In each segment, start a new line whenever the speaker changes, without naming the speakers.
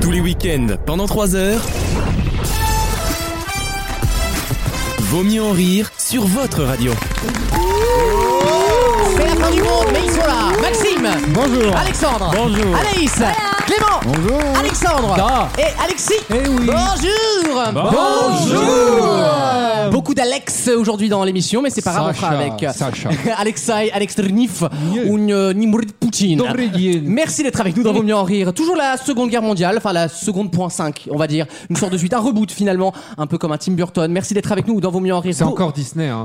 Tous les week-ends, pendant 3 heures. Vaut mieux en rire sur votre radio.
C'est la fin du monde, mais ils sont là. Maxime.
Bonjour.
Alexandre.
Bonjour.
Anaïs. Clément.
Bonjour.
Alexandre.
Ah.
Et Alexis.
Eh oui.
Bonjour.
Bonjour.
Beaucoup d'Alex aujourd'hui dans l'émission, mais c'est pas grave, on fera avec.
Sacha, Sacha.
Alexei, Alex Trnif,
Yeah.
ou Nimrid Poutine.
Ah, Dobrigine.
Merci d'être avec nous dans Vaut mieux en rire. Toujours la seconde guerre mondiale, enfin la seconde point 5, on va dire. Une sorte de suite, un reboot finalement, un peu comme un Tim Burton. Merci d'être avec nous dans Vaut mieux en rire.
C'est
Beau-
encore Disney. Hein.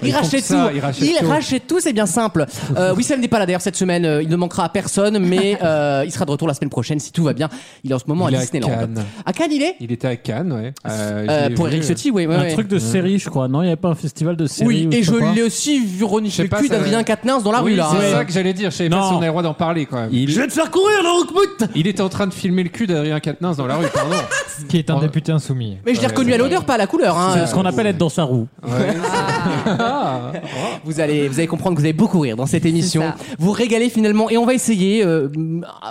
Il
Ils font
rachète,
que ça,
tout.
ils rachètent tout.
c'est bien simple. Euh, Wissem n'est pas là d'ailleurs cette semaine, euh, il ne manquera à personne, mais euh, il sera de retour la semaine prochaine si tout va bien. Il est en ce moment
Il est
à
à
Disneyland.
Cannes.
À Cannes, il est
Il était à Cannes, ouais. Euh, je
Euh,
l'ai
Pour
vu,
Eric
euh.
Ciotti, oui. oui,
Un
oui.
truc de série, je crois. Non, il n'y avait pas un festival de série.
Oui,
ou
et je
sais pas quoi
l'ai aussi vu
Je
renifler
sais
le
pas,
cul
ça-
d'Adrien Quatennens dans la
Oui,
rue là.
C'est
hein.
ça que j'allais dire. Je savais pas
Non.
si on avait le droit d'en parler quand même.
Il-
vais te faire courir, le Roukmout
Il était en train de filmer le cul d'Adrien Quatennens dans la rue, pardon.
qui est un
Oh.
député insoumis.
Mais je l'ai
Ouais,
reconnu à
c'est-
l'odeur, pas à la couleur. hein.
C'est Euh, ce qu'on appelle être dans sa roue.
Ouais.
Vous allez, vous allez comprendre que vous allez beaucoup rire dans cette émission. Vous régalez finalement et on va essayer, euh,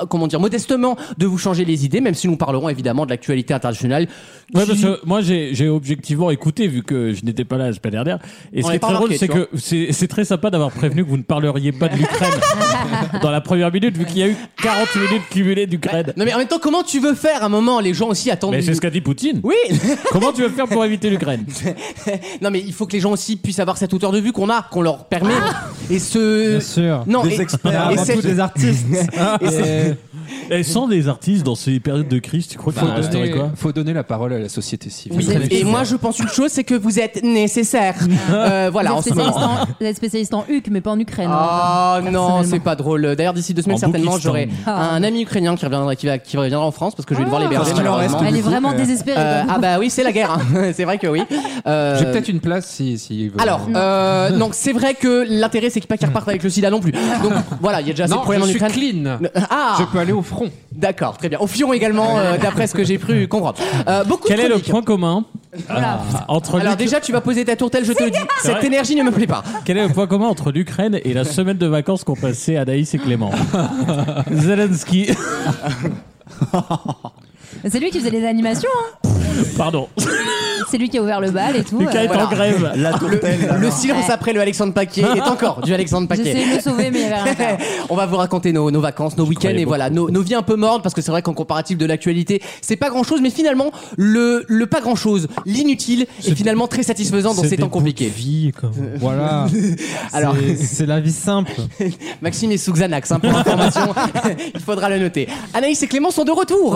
comment dire, modestement, de vous changer les idées, même si nous parlerons évidemment de l'actualité internationale.
Ouais,
qui-
parce que moi, j'ai j'ai objectivement écouté, vu que je n'étais pas là la semaine dernière.
On
Et ce qui
l'a
est
pas
très drôle,
remarqué,
c'est
tu vois.
que c'est c'est très sympa d'avoir prévenu que vous ne parleriez pas de l'Ukraine dans la première minute, vu qu'il y a eu 40 minutes cumulées d'Ukraine.
Non mais en même temps, comment tu veux faire un moment Les gens aussi attendent.
Mais c'est
une-
ce qu'a dit Poutine.
Oui.
Comment tu veux faire pour éviter l'Ukraine
non mais il faut que les gens aussi puissent avoir cette hauteur de vue qu'on a, qu'on leur permet.
Ah.
Et ce.
Bien sûr.
Non.
des
et-
experts,
et
avant
cette-
tout des artistes.
et cette-
Et sans des artistes dans ces périodes de crise, tu crois qu'il
Bah,
Faut,
resterait
donner,
Ah, quoi
faut donner la parole à la société civile.
Vous êtes- Et moi, je pense une chose, c'est que vous êtes nécessaire. Euh, voilà, en
Ah. vous,
ce
êtes spécialiste
moment.
en, vous êtes spécialiste en HUC, mais pas en Ukraine. hein.
Ah non,
personnellement.
c'est pas drôle. D'ailleurs, d'ici deux semaines,
En
certainement,
Boukistan.
j'aurai
Ah.
un ami ukrainien qui reviendra, qui, va- qui reviendra en France parce que je vais
Ah,
devoir l'héberger.
parce qu'il en
malheureusement.
reste
Elle
du
est
coup,
vraiment
euh,
désespérée.
Euh,
pardon.
ah bah oui, c'est la guerre. hein. c'est vrai que oui. Euh,
J'ai peut-être une place si, si veut.
Alors, euh, donc c'est vrai que l'intérêt c'est qu'il pas qu'ils repartent avec le sida non plus. Donc voilà, il y a déjà assez de
non,
problèmes
je
en
suis
Ukraine.
clean.
Ah,
Je peux aller au front.
d'accord, très bien. Au fion également, euh, d'après ce que j'ai cru comprendre. Euh, beaucoup
Quel
de
est le
chroniques.
point commun
Voilà.
euh, entre
Alors
l'Uk-
déjà, tu vas poser ta tourtelle, je te le dis. Cette
vrai.
énergie ne me plaît pas.
Quel est le point commun entre l'Ukraine et la semaine de vacances qu'ont passé Anaïs et Clément Zelensky.
ah.
C'est lui qui faisait les animations. hein.
Pardon.
C'est lui qui a ouvert le bal et tout.
Lucas est
euh,
voilà.
en grève.
Le, le silence
Ouais.
après le Alexandre Paquet est encore du Alexandre Paquet.
J'essayais de le sauver, mais il y avait rien à faire.
On va vous raconter nos, nos vacances, nos week-ends
croyais
et voilà, nos, nos vies un peu mortes parce que c'est vrai qu'en comparatif de l'actualité, c'est pas grand chose, mais finalement, le, le pas grand chose, l'inutile est finalement très satisfaisant dans ces temps compliqués.
Vie, quoi.
Voilà.
Alors,
C'est- c'est la vie simple.
Maxime est sous Xanax, hein, pour information, il faudra le noter. Anaïs et Clément sont de retour.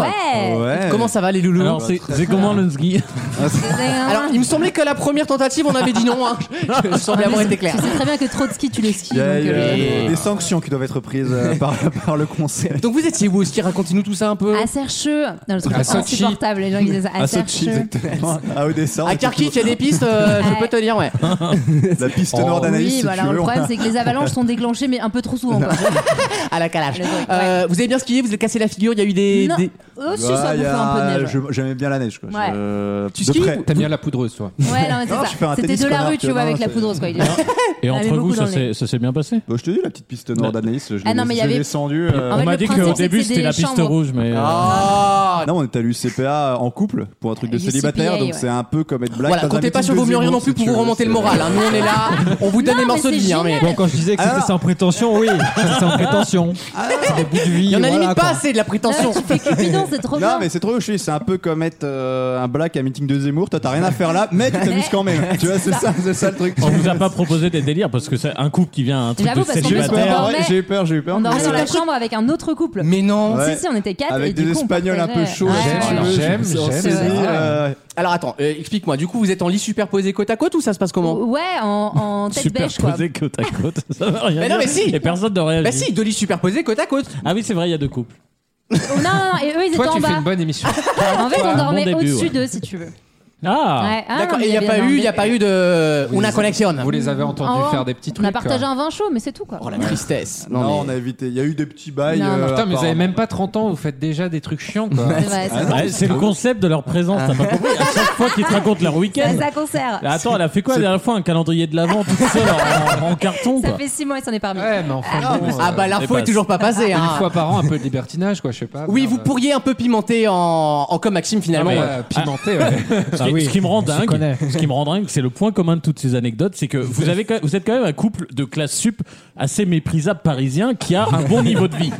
Ouais.
Comment ça va les loulous
Alors c'est c'est comment Zelensky
C'est un-
Alors, il me semblait que la première tentative, on avait dit non. Hein. Je, je semblais avoir été clair.
Tu sais très bien que Trotsky, tu l'esquives.
Il y a,
donc,
il y a
euh,
euh,
des sanctions qui doivent être prises euh, par, par le conseil.
Donc, vous étiez où aussi Racontez-nous tout ça un peu.
À Sercheux. Non, je trouve
À
ça
Sochi.
insupportable, les gens qui disaient ça. À,
Sochi,
Sercheux.
exactement. À Odessa.
À Kharkiv, il y a des pistes, euh, je peux te dire, ouais.
La piste noire d'analyse,
Oui,
si
voilà,
tu veux.
le
on-
problème, c'est que les avalanches sont déclenchées, mais un peu trop souvent. Quoi.
À la calage.
Le truc,
Euh, vous avez bien skié, vous avez cassé la figure, il y a eu des.
non,
des-
oh, si,
Ouais,
ça
il y
bouffait
a-
un peu de neige.
je- J'aimais bien la neige. Quoi.
Ouais.
Je-
Tu
de
skis
près.
ou-
T'aimes bien la poudreuse, toi.
Ouais, non, mais
Non, je
c'est
fais
ça.
un
C'était
tennis
de la
connard,
rue,
tu
tu vois,
vois,
avec la
c'est-
poudreuse, quoi. Il est-
Et entre
avait
vous,
beaucoup
ça
dans le
s'est ça s'est bien passé
Bah, je te dis, la petite piste noire d'analyse, je
Ah non, mais il y
l'ai euh,
avait-
descendu.
En fait,
On m'a
Euh, le
dit
principe,
qu'au
c'est que
début
c'est
c'était
des
la piste
chambres.
rouge, mais. euh,
Ah
Non, on était à l'UCPA en couple pour un truc de
UCPA,
célibataire, donc
ouais.
c'est un peu comme être black.
Voilà,
dans un
comptez pas sur
meeting
vos
de
mieux rien
zéro,
non plus
si
pour
tu
vous
veux,
remonter le
c'est-
moral. hein. Nous on est là, on vous donne
Non,
des morceaux de
mais c'est
vie. hein, mais...
génial.
Bon, quand je disais que c'était
Ah.
Alors-
sans prétention, oui, c'est sans prétention. C'est des bouts de vie.
Il y en a
voilà, quoi.
limite pas assez de la prétention.
Ah, Tu fais Cupidon, c'est trop
Non,
bien.
mais c'est trop chier, c'est un peu comme être euh, un black à meeting de Zemmour. Toi, t'as rien à faire là, mais tu t'amuses quand même. Tu vois, c'est ça, c'est ça le truc.
On vous a pas proposé des délires parce que c'est un couple qui vient à un truc
J'avoue,
de
parce qu'on
J'ai eu
Parce qu'on
célibataire.
peur,
dormait-
ouais, j'ai eu peur, j'ai eu peur.
On dormait
mais-
dans la chambre avec un autre couple.
Mais non.
Ouais.
Si, si, on était quatre. et
Avec
du
des
coup, on euh,
Espagnols un peu
partageait.
chauds.
Ouais.
j'aime,
si tu
j'aime, j'aime,
veux, je- je-
c'est
je-
vrai.
euh,
Alors attends, euh, explique-moi. Du coup, vous êtes en lit superposé côte à côte ou ça se passe comment
Ouais, en, en tête bêche, quoi.
Superposé côte à côte. Ça veut rien
Mais non,
dire.
mais si.
Et personne ne réagit.
Bah si, deux lits superposés côte à côte.
Ah oui, c'est vrai, il y a deux couples.
Oh, non, non, non, et eux, ils étaient
Toi, tu
en
fais
bas. Ah.
une bonne émission.
En fait,
Bon
on dormait
début,
au-dessus
ouais.
d'eux, si tu veux.
Ah
Ouais. Ah,
D'accord,
non, mais
et il n'y a
bien
pas
un
eu, il
bébé.
y a pas eu de
Vous
una
les-
conexion.
Vous les avez entendus
Ah,
faire des petits trucs.
On a partagé
quoi.
un vin chaud, mais c'est tout quoi.
Oh la tristesse.
Non,
mais-
on a évité. Il y a eu des petits bails.
Non, non.
euh,
Putain, mais vous avez
apparemment.
même pas 30 ans, vous faites déjà des trucs chiants, quoi.
C'est vrai,
Ah,
c'est vrai.
Ouais, C'est le concept de leur présence, t'as pas compris À chaque fois qu'ils te racontent leur week-end.
Ça, ça concert.
Là, attends, elle a fait quoi la dernière fois Un calendrier de l'avant tout seul en, en- en carton
Ça
quoi.
fait six mois, il s'en est parmi.
Ouais, mais enfin, bon, euh,
Ah bah l'info est
dépasse.
toujours pas passée.
une
hein.
fois par an, un peu de libertinage, quoi, je sais pas.
Oui,
merde.
vous euh, pourriez un peu pimenter en, en comme Maxime finalement.
Ah, mais,
ouais.
Ouais, pimenté, ouais.
Ce qui,
Ah oui,
ce qui me rend
on s'y
dingue,
connaît.
ce qui me rend dingue, c'est le point commun de toutes ces anecdotes, c'est que vous avez, quand- vous êtes quand même un couple de classe sup assez méprisable parisien qui a un bon niveau de vie.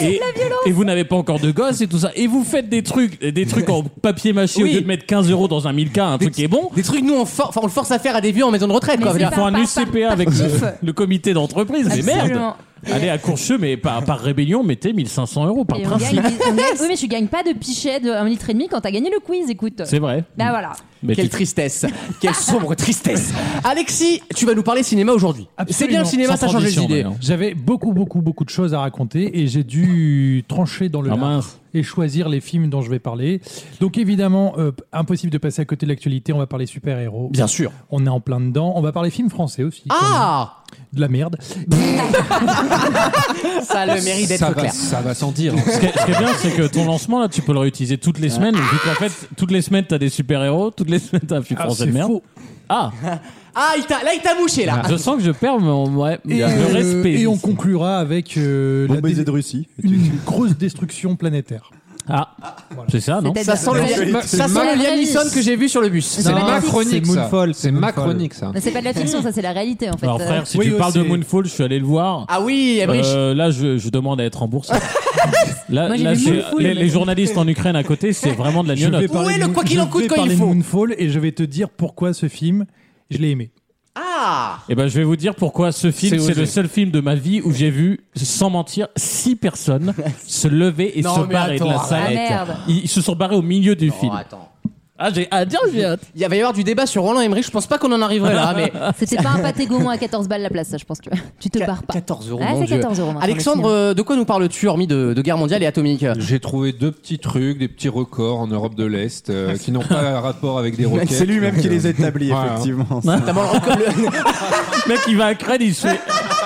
Et, et vous n'avez pas encore de gosse et tout ça. Et vous faites des trucs, des trucs en papier mâché au
Oui.
lieu de mettre 15 euros dans un 1000K, un truc qui est bon.
Des trucs nous on, for- enfin, on le force à faire à des vieux en maison de retraite.
Mais
Quoi,
c'est
dire.
Ils font
Par-
un
par-
UCPA
par
avec
kiff.
le, le comité d'entreprise. Mais merde
Absolument.
Allez à Courcheux, mais par, par rébellion, mettez 1500 euros par
Et on gagne,
principe.
on gagne- oui, mais tu gagnes pas de pichet de 1,5 litre et demi quand t'as gagné le quiz, écoute.
C'est vrai.
Là voilà.
Mais
Quelle
tu-
tristesse, quelle sombre tristesse. Alexis, tu vas nous parler cinéma aujourd'hui. C'est
Absolument.
bien le cinéma, ça
Sans
change les
transition,
idées.
maintenant.
J'avais beaucoup, beaucoup, beaucoup de choses à raconter et j'ai dû trancher dans le
Ah
lard
mince.
et choisir les films dont je vais parler. Donc évidemment, euh, impossible de passer à côté de l'actualité. On va parler super-héros.
Bien sûr.
On est en plein dedans. On va parler films français aussi.
Ah,
comme De la merde.
ça a le mérite d'être
ça va,
clair.
ça va sans dire. hein.
Ce qui est, ce qui est bien, c'est que ton lancement, là, tu peux le réutiliser toutes les semaines. Vu qu'en fait, toutes les semaines, t'as des super-héros, toutes les semaines, t'as un film
Ah,
français
c'est
de merde.
faux. Ah.
Ah,
Ah, il t'a- là il t'a mouché là.
Ah.
je sens que je perds mon ouais,
Et,
le
euh,
respect.
et on conclura avec euh,
Bon
la
baiser
dé-
de Russie.
une grosse destruction planétaire.
Ah, c'est ça, non
Ça sent le,
C'est
ça sent
ma-
le
c'est
Liam
ma-
Neeson que j'ai vu sur le bus.
C'est
C'est
pas de la fiction,
macronique,
c'est
ça.
Moonfall,
C'est
c'est
macronique, ça.
Mais c'est pas de la fiction, ça c'est la réalité en fait.
Alors,
Euh,
frère, si
oui,
tu
oui,
parles de
c'est-
Moonfall, je suis allé le voir.
Ah oui, Emmerich.
Euh, là, je, je demande à être remboursé. Là,
Moi, j'ai
là,
vu
c'est-
Moonfall,
les,
mais-
les journalistes en Ukraine à côté, c'est vraiment de la
Je vais
gnognotte.
parler
Où est
de
le
Moon-
quoi qu'il
je
en coûte
vais
quand il
parler de
faut
Moonfall et je vais te dire pourquoi ce film, je l'ai aimé.
Ah,
Et ben, je vais vous dire pourquoi ce film,
C'est
c'est
osé.
le seul film de ma vie où j'ai vu, sans mentir, six personnes se lever et
Non,
se
mais
barrer de la
attends,
salle.
Ah merde.
Ils ils se sont barrés au milieu du film.
Oh, attends.
Ah, j'ai à dire, j'ai hâte.
Il va y avoir du débat sur Roland Emmerich. Je pense pas qu'on en arriverait là, mais
C'était pas un pâté Gaumont à 14 balles la place, ça, je pense que tu te barres pas.
14 euros.
Ah,
mon
c'est
Dieu.
14 euros, maintenant,
Alexandre,
le
euh, de quoi nous parles-tu hormis de, de guerre mondiale et atomique
J'ai trouvé deux petits trucs, des petits records en Europe de l'Est euh, qui n'ont pas un rapport avec des roquettes.
C'est lui-même
donc,
qui les
euh,
établit,
ouais,
effectivement.
Notamment le record- le-
Le mec, il va à Crène, il se fait.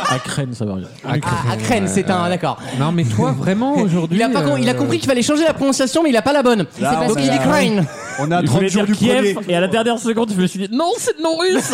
À Crène, ça va rien.
à, à Crène, c'est un d'accord.
Non, mais toi, vraiment, aujourd'hui.
Il a, pas con- il a
euh,
compris qu'il fallait changer la prononciation, mais il a pas la bonne.
Là,
pas
Donc
ça.
il dit Crane.
On est à
Je
30
voulais
jours
dire
du
Kiev,
premier.
et à la dernière seconde, je me suis dit non, c'est de non russe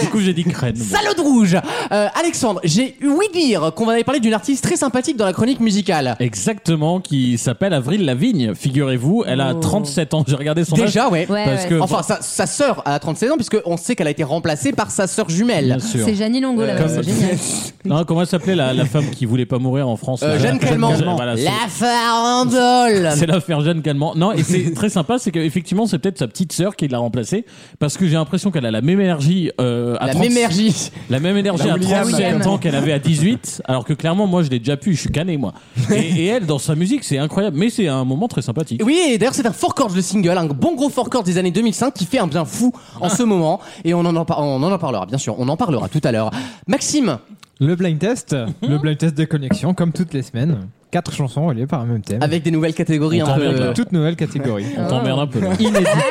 Du coup, j'ai dit Crène. Bon.
Salaud de rouge. Euh, Alexandre, j'ai ouï dire qu'on avait parlé d'une artiste très sympathique dans la chronique musicale.
Exactement, qui s'appelle Avril Lavigne, figurez-vous. Elle a
Oh.
37 ans, j'ai regardé son âge.
Déjà, ouais.
Ouais,
parce
ouais.
que-
Enfin, sa, sa sœur a 37 ans, puisque on sait qu'elle a été remplacée par sa sœur jumelle.
Bien sûr.
C'est Janine Longo là,
Comme-
c'est génial.
Non, comment elle s'appelait la, la femme qui voulait pas mourir en France
Euh,
là
Jeanne Calment.
Voilà, c'est-
la farandole.
C'est l'affaire Jeanne Calment. Non, et c'est très sympa, c'est qu'effectivement, c'est peut-être sa petite sœur qui l'a remplacée, parce que j'ai l'impression qu'elle a la même énergie euh, à
La
30
même énergie.
La même énergie
La
à
William.
37
William.
ans qu'elle avait à 18, alors que clairement, moi, je l'ai déjà pu, je suis cané, moi. Et, et elle, dans sa musique, c'est incroyable, mais c'est un moment très sympathique.
Oui, et d'ailleurs, c'est un four chords, le single, un bon gros four chords des années 2005 qui fait un bien fou en ce moment. Et on en, en par- on en parlera, bien sûr, on en parlera tout à l'heure. Maxime,
Le blind test, le blind test de connexion, comme toutes les semaines. Quatre chansons reliées par un même thème.
avec des nouvelles catégories
On
un
t'emmerde,
peu.
là.
Toute nouvelle catégorie.
On t'emmerde un peu.
Euh,
là.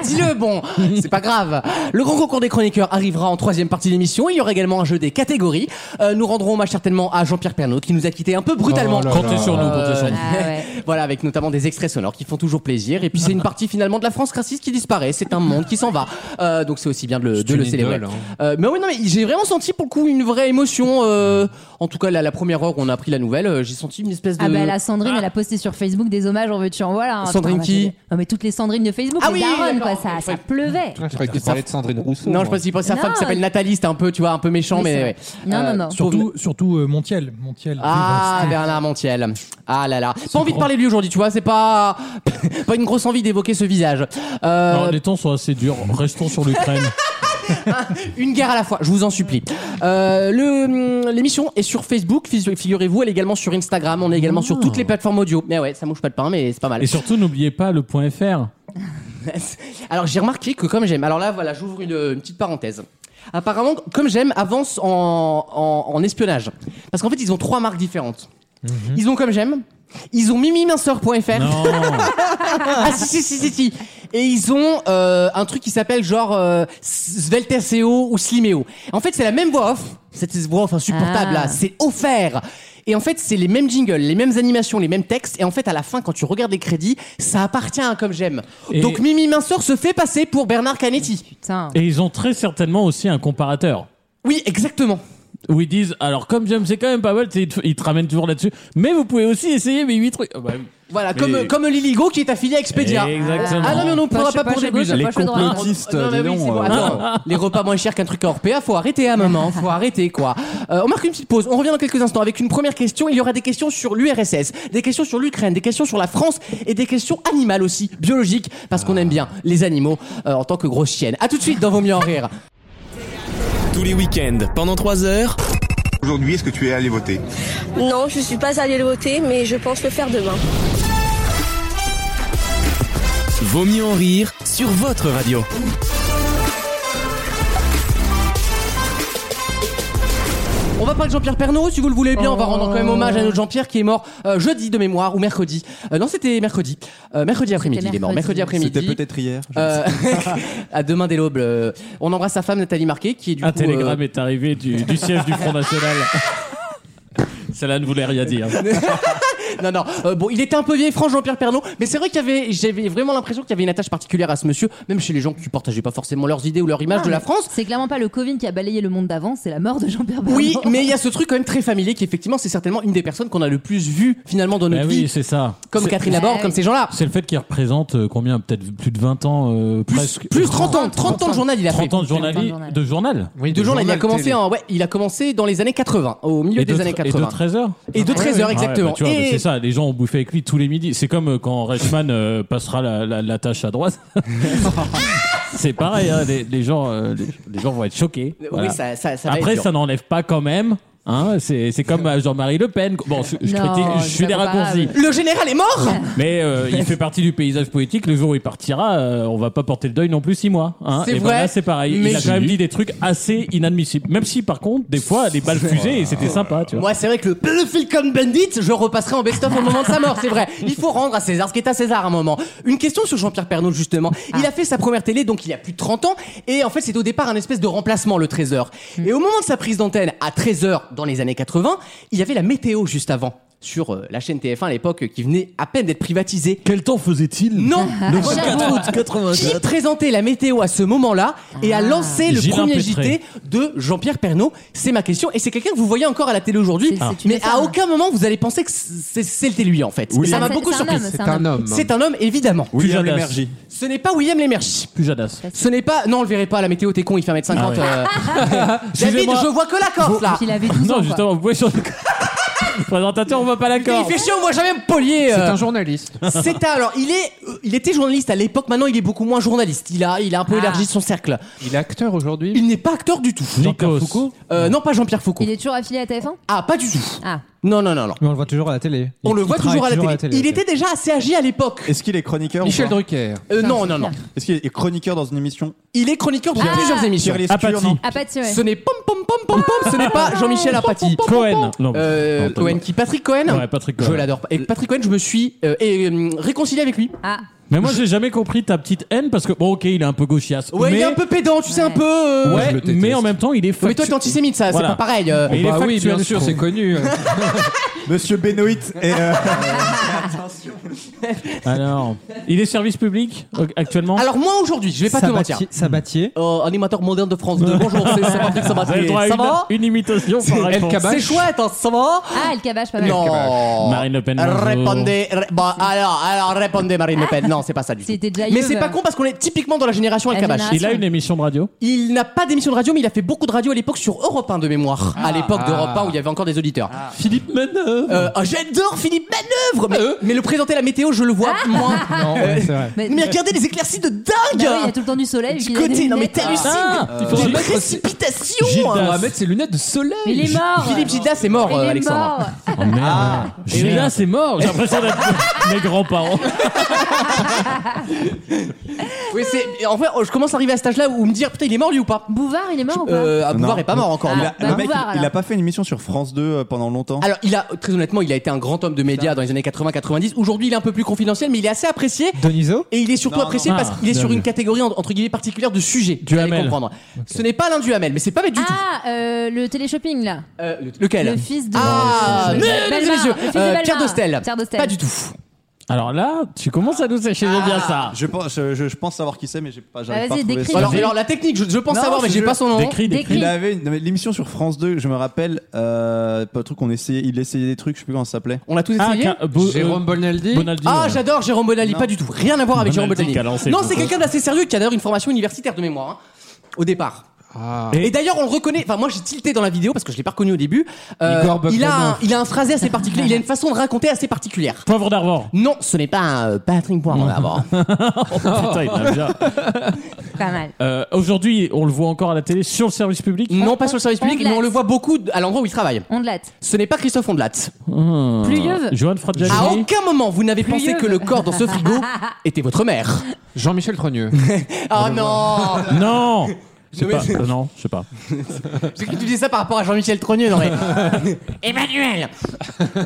Dis-le bon, c'est pas grave. Le grand concours des chroniqueurs arrivera en troisième partie de l'émission. Il y aura également un jeu des catégories. Euh, nous rendrons hommage certainement à Jean-Pierre Pernaut qui nous a quitté un peu brutalement.
Comptez sur nous, comptez
euh,
sur nous.
Ah ouais.
Voilà, avec notamment des extraits sonores qui font toujours plaisir. Et puis c'est une partie finalement de la France raciste qui disparaît. C'est un monde qui s'en va. Euh, donc c'est aussi bien de le,
C'est
de le
une
célébrer.
idole, hein.
Euh, mais oui, non, mais j'ai vraiment senti pour le coup une vraie émotion. euh, en tout cas, là, la première heure où on a appris la nouvelle, euh, j'ai senti une espèce de.
Ah bah la Sandrine, elle a posté sur Facebook des hommages, en veux-tu en voilà. hein.
Sandrine
Putain,
qui
Non mais toutes les Sandrines de Facebook,
Ah
les
oui,
daronnes, quoi,
d'accord.
ça, ça
Je
pleuvait.
croyais que tu parlais de Sandrine Rousseau.
Non, je
moi.
pense qu'il pense à sa
Non.
femme qui s'appelle Nathalie, c'était un peu, tu vois, un peu méchant, mais. ouais.
Non, non, non.
Surtout, surtout euh, Montiel. Montiel.
Ah, Bernard Montiel. Ah là là. Pas envie de parler de lui aujourd'hui, tu vois, c'est pas. pas une grosse envie d'évoquer ce visage. Euh,
Non, les temps sont assez durs, restons sur l'Ukraine.
Une guerre à la fois, je vous en supplie. Euh, le, hum, L'émission est sur Facebook, figu- figurez-vous, elle est également sur Instagram, on est également sur toutes les plateformes audio. Mais ouais, ça mouche pas de pain, mais c'est pas mal.
Et surtout, n'oubliez pas le point .fr.
Alors j'ai remarqué que comme j'aime, alors là voilà, j'ouvre une, une petite parenthèse. Apparemment, comme j'aime, avance en, en- en espionnage. Parce qu'en fait, ils ont trois marques différentes. Ils ont comme j'aime, Ils ont mimiminceur.fr.
Non.
Ah si si si si si. Et ils ont euh, un truc qui s'appelle genre euh, SvelteSEO ou Slimeo. En fait, c'est la même voix off. Cette voix off insupportable
Ah.
là, c'est offert. Et en fait, c'est les mêmes jingles, les mêmes animations, les mêmes textes. Et en fait, à la fin, quand tu regardes les crédits, ça appartient à Comme J'aime.
Et-
Donc Mimi Minceur se fait passer pour Bernard Canetti.
Putain.
Et ils ont très certainement aussi un comparateur.
Oui, exactement.
Où ils disent, alors comme j'aime, c'est quand même pas mal, tu sais, ils te, ils te ramènent toujours là-dessus. Mais vous pouvez aussi essayer mes 8 trucs. Ah bah oui.
Voilà,
Mais-
comme, comme Liligo qui est affilié à Expedia.
Exactement.
Ah non, non, non, on ne
Pas
prendra
chez-
pas
pas
pour
chez
des bus.
Bruges, pas chez Droit.
complotistes,
Ah Non, mais
dis
oui,
donc,
c'est bon,
euh,
attends.
Ah.
Les repas moins chers qu'un truc hors PA, faut arrêter à un moment, faut arrêter quoi. Euh, on marque une petite pause, on revient dans quelques instants avec une première question. Il y aura des questions sur l'URSS, des questions sur l'Ukraine, des questions sur la France et des questions animales aussi, biologiques, parce qu'on aime bien les animaux euh, en tant que grosses chiennes. A tout de suite dans Vos mieux en rire.
Tous les week-ends, pendant 3 heures,
Aujourd'hui, est-ce que tu es allé voter
Non, je suis pas allée le voter, mais je pense le faire demain.
Vaut mieux en rire sur votre radio.
On va parler de Jean-Pierre Pernaud, si vous le voulez bien. On va rendre quand même hommage à notre Jean-Pierre qui est mort euh, jeudi de mémoire ou mercredi. Euh, non, c'était mercredi. Euh, mercredi après-midi, il est mort.
mercredi.
Mercredi après-midi.
C'était peut-être hier. je ne sais
Euh, à demain dès l'aube. euh, on embrasse sa femme Nathalie Marquet qui est du
Un
coup,
télégramme
euh,
est arrivé du, du siège du Front National. Cela ne voulait rien dire.
non non. euh, bon, il était un peu vieil, franc Jean-Pierre Pernaud, mais c'est vrai qu'il y avait, j'avais vraiment l'impression qu'il y avait une attache particulière à ce monsieur, même chez les gens qui partageaient pas forcément leurs idées ou leur image
Ah,
de la
mais
France.
C'est clairement pas le Covid qui a balayé le monde d'avant, c'est la mort de Jean-Pierre Bernard.
Oui, mais il y a ce truc quand même très familier qui effectivement c'est certainement une des personnes qu'on a le plus vu finalement dans
Bah
notre
oui,
vie,
c'est ça.
comme
C'est-
Catherine Laborde,
Ouais.
comme ces gens-là.
C'est le fait qu'il représente euh, combien Peut-être plus de 20 ans, euh,
Plus,
presque.
plus 30 ans, 30 ans de journal il a
30
fait.
ans de journal. De journal
Oui,
De journal, il a commencé
télé.
en, ouais, il a commencé dans les années 80, au milieu
Et
des
de-
années
Et de
80.
13 heures
Et de 13 heures
Ouais,
exactement.
bah, tu vois,
Et-
C'est ça, les gens ont bouffé avec lui tous les midis. C'est comme euh, quand Reichmann euh, passera la, la- la tâche à droite. c'est pareil, hein, les, les gens, euh, les, les gens vont être choqués.
Oui,
Voilà.
ça, ça, ça va être
Après,
dur.
ça n'enlève pas quand même. Hein, c'est c'est comme euh, Jean-Marie Le Pen. Bon, je, je
Non,
critique, je
c'est
suis
pas
des raccourcis.
comparable.
Le général est mort
Mais euh, il fait partie du paysage politique. Le jour où il partira, euh, on va pas porter le deuil non plus six mois. hein.
C'est
et ben
vrai,
là, c'est pareil.
mais
Il a
j'ai
quand même
lu.
dit des trucs assez inadmissibles. Même si, par contre, des fois, des balles fusées et c'était sympa. Tu vois.
Moi, c'est vrai que le Falcon Bandit, je repasserai en best-of au moment de sa mort, c'est vrai. Il faut rendre à César ce qui est à César à un moment. Une question sur Jean-Pierre Pernaud, justement. Il a fait sa première télé, donc il y a plus de 30 ans, et en fait, c'est au départ un espèce de remplacement, le 13h. Et au moment de sa prise d'antenne, à 13h, dans les années 80, il y avait la météo juste avant, sur euh, la chaîne TF1 à l'époque, euh, qui venait à peine d'être privatisée.
Quel temps faisait-il
Non
Le
Voilà.
24
août 84.
Qui présentait la météo à ce moment-là et a lancé le
Gilles
premier JT
Impétré.
de Jean-Pierre Pernaud C'est ma question. Et c'est quelqu'un que vous voyez encore à la télé aujourd'hui.
C'est- c'est une
Mais à
femme.
aucun moment vous allez penser que c'est c'est- c'était lui en fait.
Oui.
Et Ça
Ah,
m'a
c'est-
beaucoup
c'est un
surpris.
homme,
C'est un homme.
C'est un homme, évidemment.
pas. William
Pujadas.
Lémergie.
Ce n'est pas William Lemerch.
Pujadas.
Ce n'est pas. Non, on le verrait pas, la météo, t'es con, il fait 1m50.
Ah
euh. David,
Excusez-moi.
je vois que la corde là.
Qu'il avait 12 ans,
Non,
quoi.
justement, vous pouvez changer. Le Présentateur, on voit pas la
Il
corde.
fait chier, on voit jamais me polier. euh.
C'est un journaliste.
C'est un- alors il est, euh, il était journaliste à l'époque. Maintenant, il est beaucoup moins journaliste. Il a, il a un peu
Ah.
élargi son cercle.
Il est acteur aujourd'hui.
Il n'est pas acteur du tout.
Nikos.
Euh, non, pas Jean-Pierre Foucault.
Il est toujours affilié à TF1
Ah, pas du tout.
Ah,
Non, non, non, non.
Mais on le voit toujours à la télé.
On
Il-
le
il
voit
travaille
toujours, à, la télé. Il était déjà assez âgé à l'époque.
Est-ce qu'il est chroniqueur ou
Michel
pas
Drucker.
Euh,
Putain,
non,
c'est
non, non.
clair.
Est-ce qu'il est chroniqueur dans une émission
Il est chroniqueur de plusieurs émissions.
Pierre Lescure,
Apathy.
non
Apathy, ouais.
Ce n'est pom pom pom pom Ah. pom, ce n'est pas Jean-Michel Apathy.
Cohen. Non,
Euh,
non, pas-
Cohen qui Patrick Cohen.
Ouais, Patrick
Je
Cohen.
l'adore. Et Patrick Cohen, je me suis euh, et, euh, réconcilié avec lui.
Ah,
Mais moi, j'ai jamais compris ta petite haine parce que, bon, ok, il est un peu gauchiasse.
Ouais,
mais...
il est un peu pédant, tu sais un
Ouais.
peu. euh,
Ouais,
je le déteste.
mais en même temps, il est
Mais toi,
factu-
t'es antisémite, ça,
Voilà.
c'est pas pareil. euh.
Mais il est
Bah oui,
factuel,
bien
je
sûr,
trouve.
c'est connu.
Monsieur Benoît et euh,
Alors, il est service public euh, actuellement
Alors moi aujourd'hui, je vais pas te mentir.
Sabatier. Sabatier.
Euh, animateur moderne de France 2. Bonjour, c'est c'est Patrick
Vous avez
Sabatier.
le droit à
Ça
une-
va
une, imitation par
El
réponse.
Kabach.
C'est chouette, hein, ça va
ah, elle cabache pas mal.
Non.
Marine Le Pen, bonjour.
Répondez. ré- bah, alors, alors, répondez, Marine Le Pen. Non, c'est pas ça du tout.
C'était déjà
Mais
Yves.
c'est pas con parce qu'on est typiquement dans la génération El
La
Kabash.
génération.
Il a une émission de radio.
Il n'a pas d'émission de radio, mais il a fait beaucoup de radio à l'époque sur Europe 1 de mémoire.
Ah.
à l'époque d'Europe 1 où il y avait encore des auditeurs.
Philippe Manœuvre.
Euh, oh, J'adore Philippe Manœuvre mais, mais le présentateur raconter la météo, je le vois
Ah.
moins.
Non, ouais, c'est vrai.
Mais,
Mais regardez les éclaircies de dingue
bah oui, il y a tout le temps du soleil.
Du
puis il a des
côté, non mais
lunettes.
t'hallucines
Ah, il faudrait
Quelle
mettre ses-
précipitation
Gildas.
hein.
On va
mettre ses lunettes de soleil.
Mais il est mort.
Philippe Gildas est mort,
Il
euh,
est
Alexandre.
mort.
Oh merde. Gilda, c'est mort. J'ai l'impression d'être mes grands-parents.
Oui, c'est. et En fait, oh, je commence à arriver à cet âge-là où me dire putain, il est mort lui ou pas
Bouvard, il est mort ou pas
euh, ah, Bouvard
Non.
est pas mort encore.
Ah.
Il a-
bah,
le mec,
Bouvard,
il- il a
alors.
pas fait une émission sur France 2 euh, pendant longtemps.
Alors, il a très honnêtement, il a été un grand homme de médias dans les années 80-90. Aujourd'hui, il est un peu plus confidentiel, mais il est assez apprécié.
Deniso
Et il est surtout
Non,
apprécié
non.
parce
Ah,
qu'il est sur
dingue.
une catégorie en- entre guillemets particulière de sujet. Vous allez
Duhamel.
comprendre. Ce n'est pas l'un du Hamel, mais c'est pas bête du tout.
Ah, euh, le téléshopping là.
Euh, lequel
Le fils de.
Ah,
de-
mais,
Belmar,
mesdames et messieurs,
le fils de
euh,
Belmar.
Pierre Dostel.
Pierre Dostel.
Pas du tout.
Alors là, tu commences à nous sécher les bien ça.
Je pense, je, je- je pense savoir qui c'est, mais j'ai pas, j'arrive
Ah,
pas à
vas-y,
retrouver
décris.
son
Alors,
nom.
alors, la technique, je, je pense
Non,
savoir, mais
je-
j'ai pas son nom.
Décrit, décrit.
Il avait une, non, mais l'émission sur France 2, je me rappelle, euh, pas un truc qu'on essayait, il essayait des trucs, je sais plus comment ça s'appelait.
On l'a tous essayé.
Ah, Jérôme Bonaldi.
Ah, j'adore Jérôme Bonaldi,
Non.
pas du tout. Rien à voir avec Jérôme Bonaldi.
Bonaldi qui a lancé
Non,
le
c'est
concours.
quelqu'un d'assez sérieux qui a d'ailleurs une formation universitaire de mémoire, hein, au départ.
Ah,
Et d'ailleurs, on le reconnaît. Enfin, moi, j'ai tilté dans la vidéo parce que je l'ai pas reconnu au début. Euh,
Igor Bogdanov.
il a, un, il a un phrasé assez particulier. il a une façon de raconter assez particulière.
Poivre d'Arvor.
Non, ce n'est pas un euh, Patrick Poivre d'abord.
Putain, il l'a bien.
Pas mal.
Euh, Aujourd'hui, on le voit encore à la télé sur le service public.
non, pas sur le service public, mais on le voit beaucoup d- à l'endroit où il travaille.
On de latte.
Ce n'est pas Christophe Ondelat.
Hmm.
Pluvieux.
Johan Fradjani.
À aucun moment, vous n'avez pensé
Pluvieux.
que le corps dans ce frigo était votre mère.
Jean-Michel Trogneux.
Ah non
Non. Je sais
Mais-
pas. Euh, non, je sais pas.
Parce que tu dis ça par rapport à Jean-Michel Trogneux, non mais. Emmanuel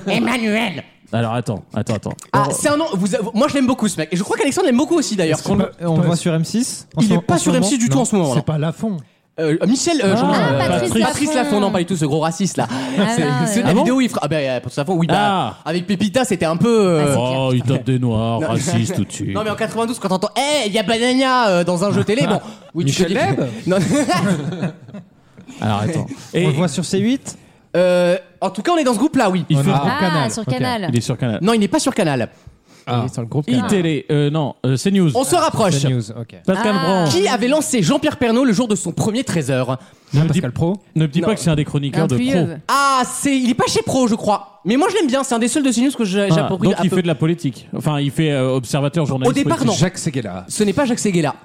Emmanuel
Alors attends, attends, attends.
Ah, c'est un nom. Vous, moi, je l'aime beaucoup, ce mec. Et je crois qu'Alexandre l'aime beaucoup aussi, d'ailleurs.
On le voit sur M6 en
Il
ce-
est
en
pas
ce
sur
moment
M6 du tout en ce moment. là.
C'est pas Lafond.
Euh, Michel. euh,
Ah,
Jean-
ah,
euh,
Patrice
Patrice
Lafond.
Lafond, non, pas du tout, ce gros raciste là.
Ah,
C'est
non,
c'est
non.
la vidéo où il frappe. Ah, ben, Patrice Lafond, oui, bah,
Ah.
Avec Pépita, c'était un peu. euh,
Ah, c'est
Oh, il tape des noirs, raciste tout de suite.
Non mais en 92 quand t'entends Eh, il y a Banania euh, dans un jeu télé bon oui tu
Michel
te dis-
Leb
Non,
Alors attends.
On
Et
le voit sur C8
euh, en tout cas on est dans ce groupe là oui
il, fait-
Ah.
Ah,
Canal,
sur
ok.
Canal.
il est sur Canal.
non il n'est pas sur Canal
Ah.
sur le groupe
ITélé, euh, non, euh, CNews.
on se rapproche
News, ok.
Pascal
Ah.
Branche.
qui avait lancé Jean-Pierre Pernaud le jour de son premier 13h
Non, Pascal Pro
Ne me dis
Non.
pas que c'est un des
Un
chroniqueurs de pro.
pluvieux.
Ah, c'est il est pas chez Pro, je crois. Mais moi je l'aime bien, c'est un des seuls de CNews que j'ai-
Ah,
j'approprie
donc
un
il
peu.
fait de la politique. Enfin, il fait euh, observateur journaliste.
Au départ,
politique.
non.
Jacques Seguela.
Ce n'est pas Jacques Seguela.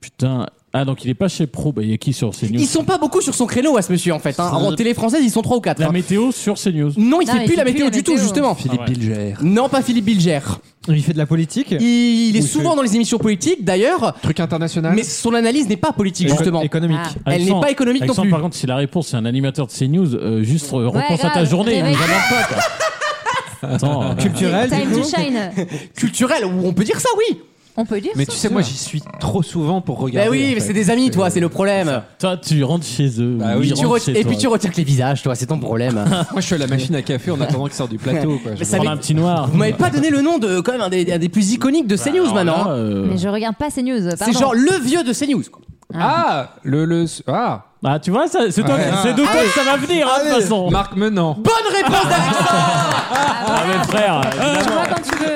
Putain. Ah, donc il est pas chez Pro. Bah, il y a qui sur CNews
Ils sont pas beaucoup sur son créneau à ce monsieur en fait. hein. En télé française, ils sont trois ou quatre.
Euh, La
hein.
météo sur CNews.
Non, il
Non,
fait
il
plus
fait
la
plus
météo
la
du tout
météo. Ah
justement.
Philippe
Bilger.
Non, pas Philippe Bilger.
Il fait de la politique
Il est
Oui,
souvent
c'est-
dans les émissions politiques d'ailleurs,
Truc
Hein
international
mais son analyse n'est pas politique
Éco-
justement.
Économique.
Ah.
Elle n'est
Alexandre-
pas économique non
Alexandre,
plus.
par contre, si la réponse c'est un animateur de CNews, euh, juste euh, repense à ta
grave,
journée.
réveille-
nous avance pas, quoi. Attends, euh,
Culturel,
Time
du
to
coup
shine.
Culturel, ou on peut dire ça, oui.
On peut dire
Mais
ça.
tu sais, moi j'y suis trop souvent pour
Bah
regarder.
oui, mais
en fait.
c'est des amis,
Euh,
toi, c'est le problème.
toi, tu rentres chez eux.
Bah oui,
ils
tu
Tu
rentrent
re-
chez
Et
toi.
puis tu retires que les visages, toi, c'est ton problème.
Moi je suis à la machine à café en attendant qu'il sorte du plateau. Quoi.
Mais
Je
ça
vois-
prends un petit noir.
Vous m'avez pas donné le nom de quand même un des, un des plus iconiques de CNews
Bah Alors
maintenant.
là,
hein.
euh,
Mais je regarde pas ces news.
C'est genre le vieux de CNews. Quoi.
Ah Le. le ah
Bah, tu vois, ça- c'est toi,
Ah.
c'est de toi que ça va venir, hein, de toute façon.
Marc Menant.
Bonne réponse d'Alexandre
Ah, mais frère. euh,
Tu vois quand tu veux.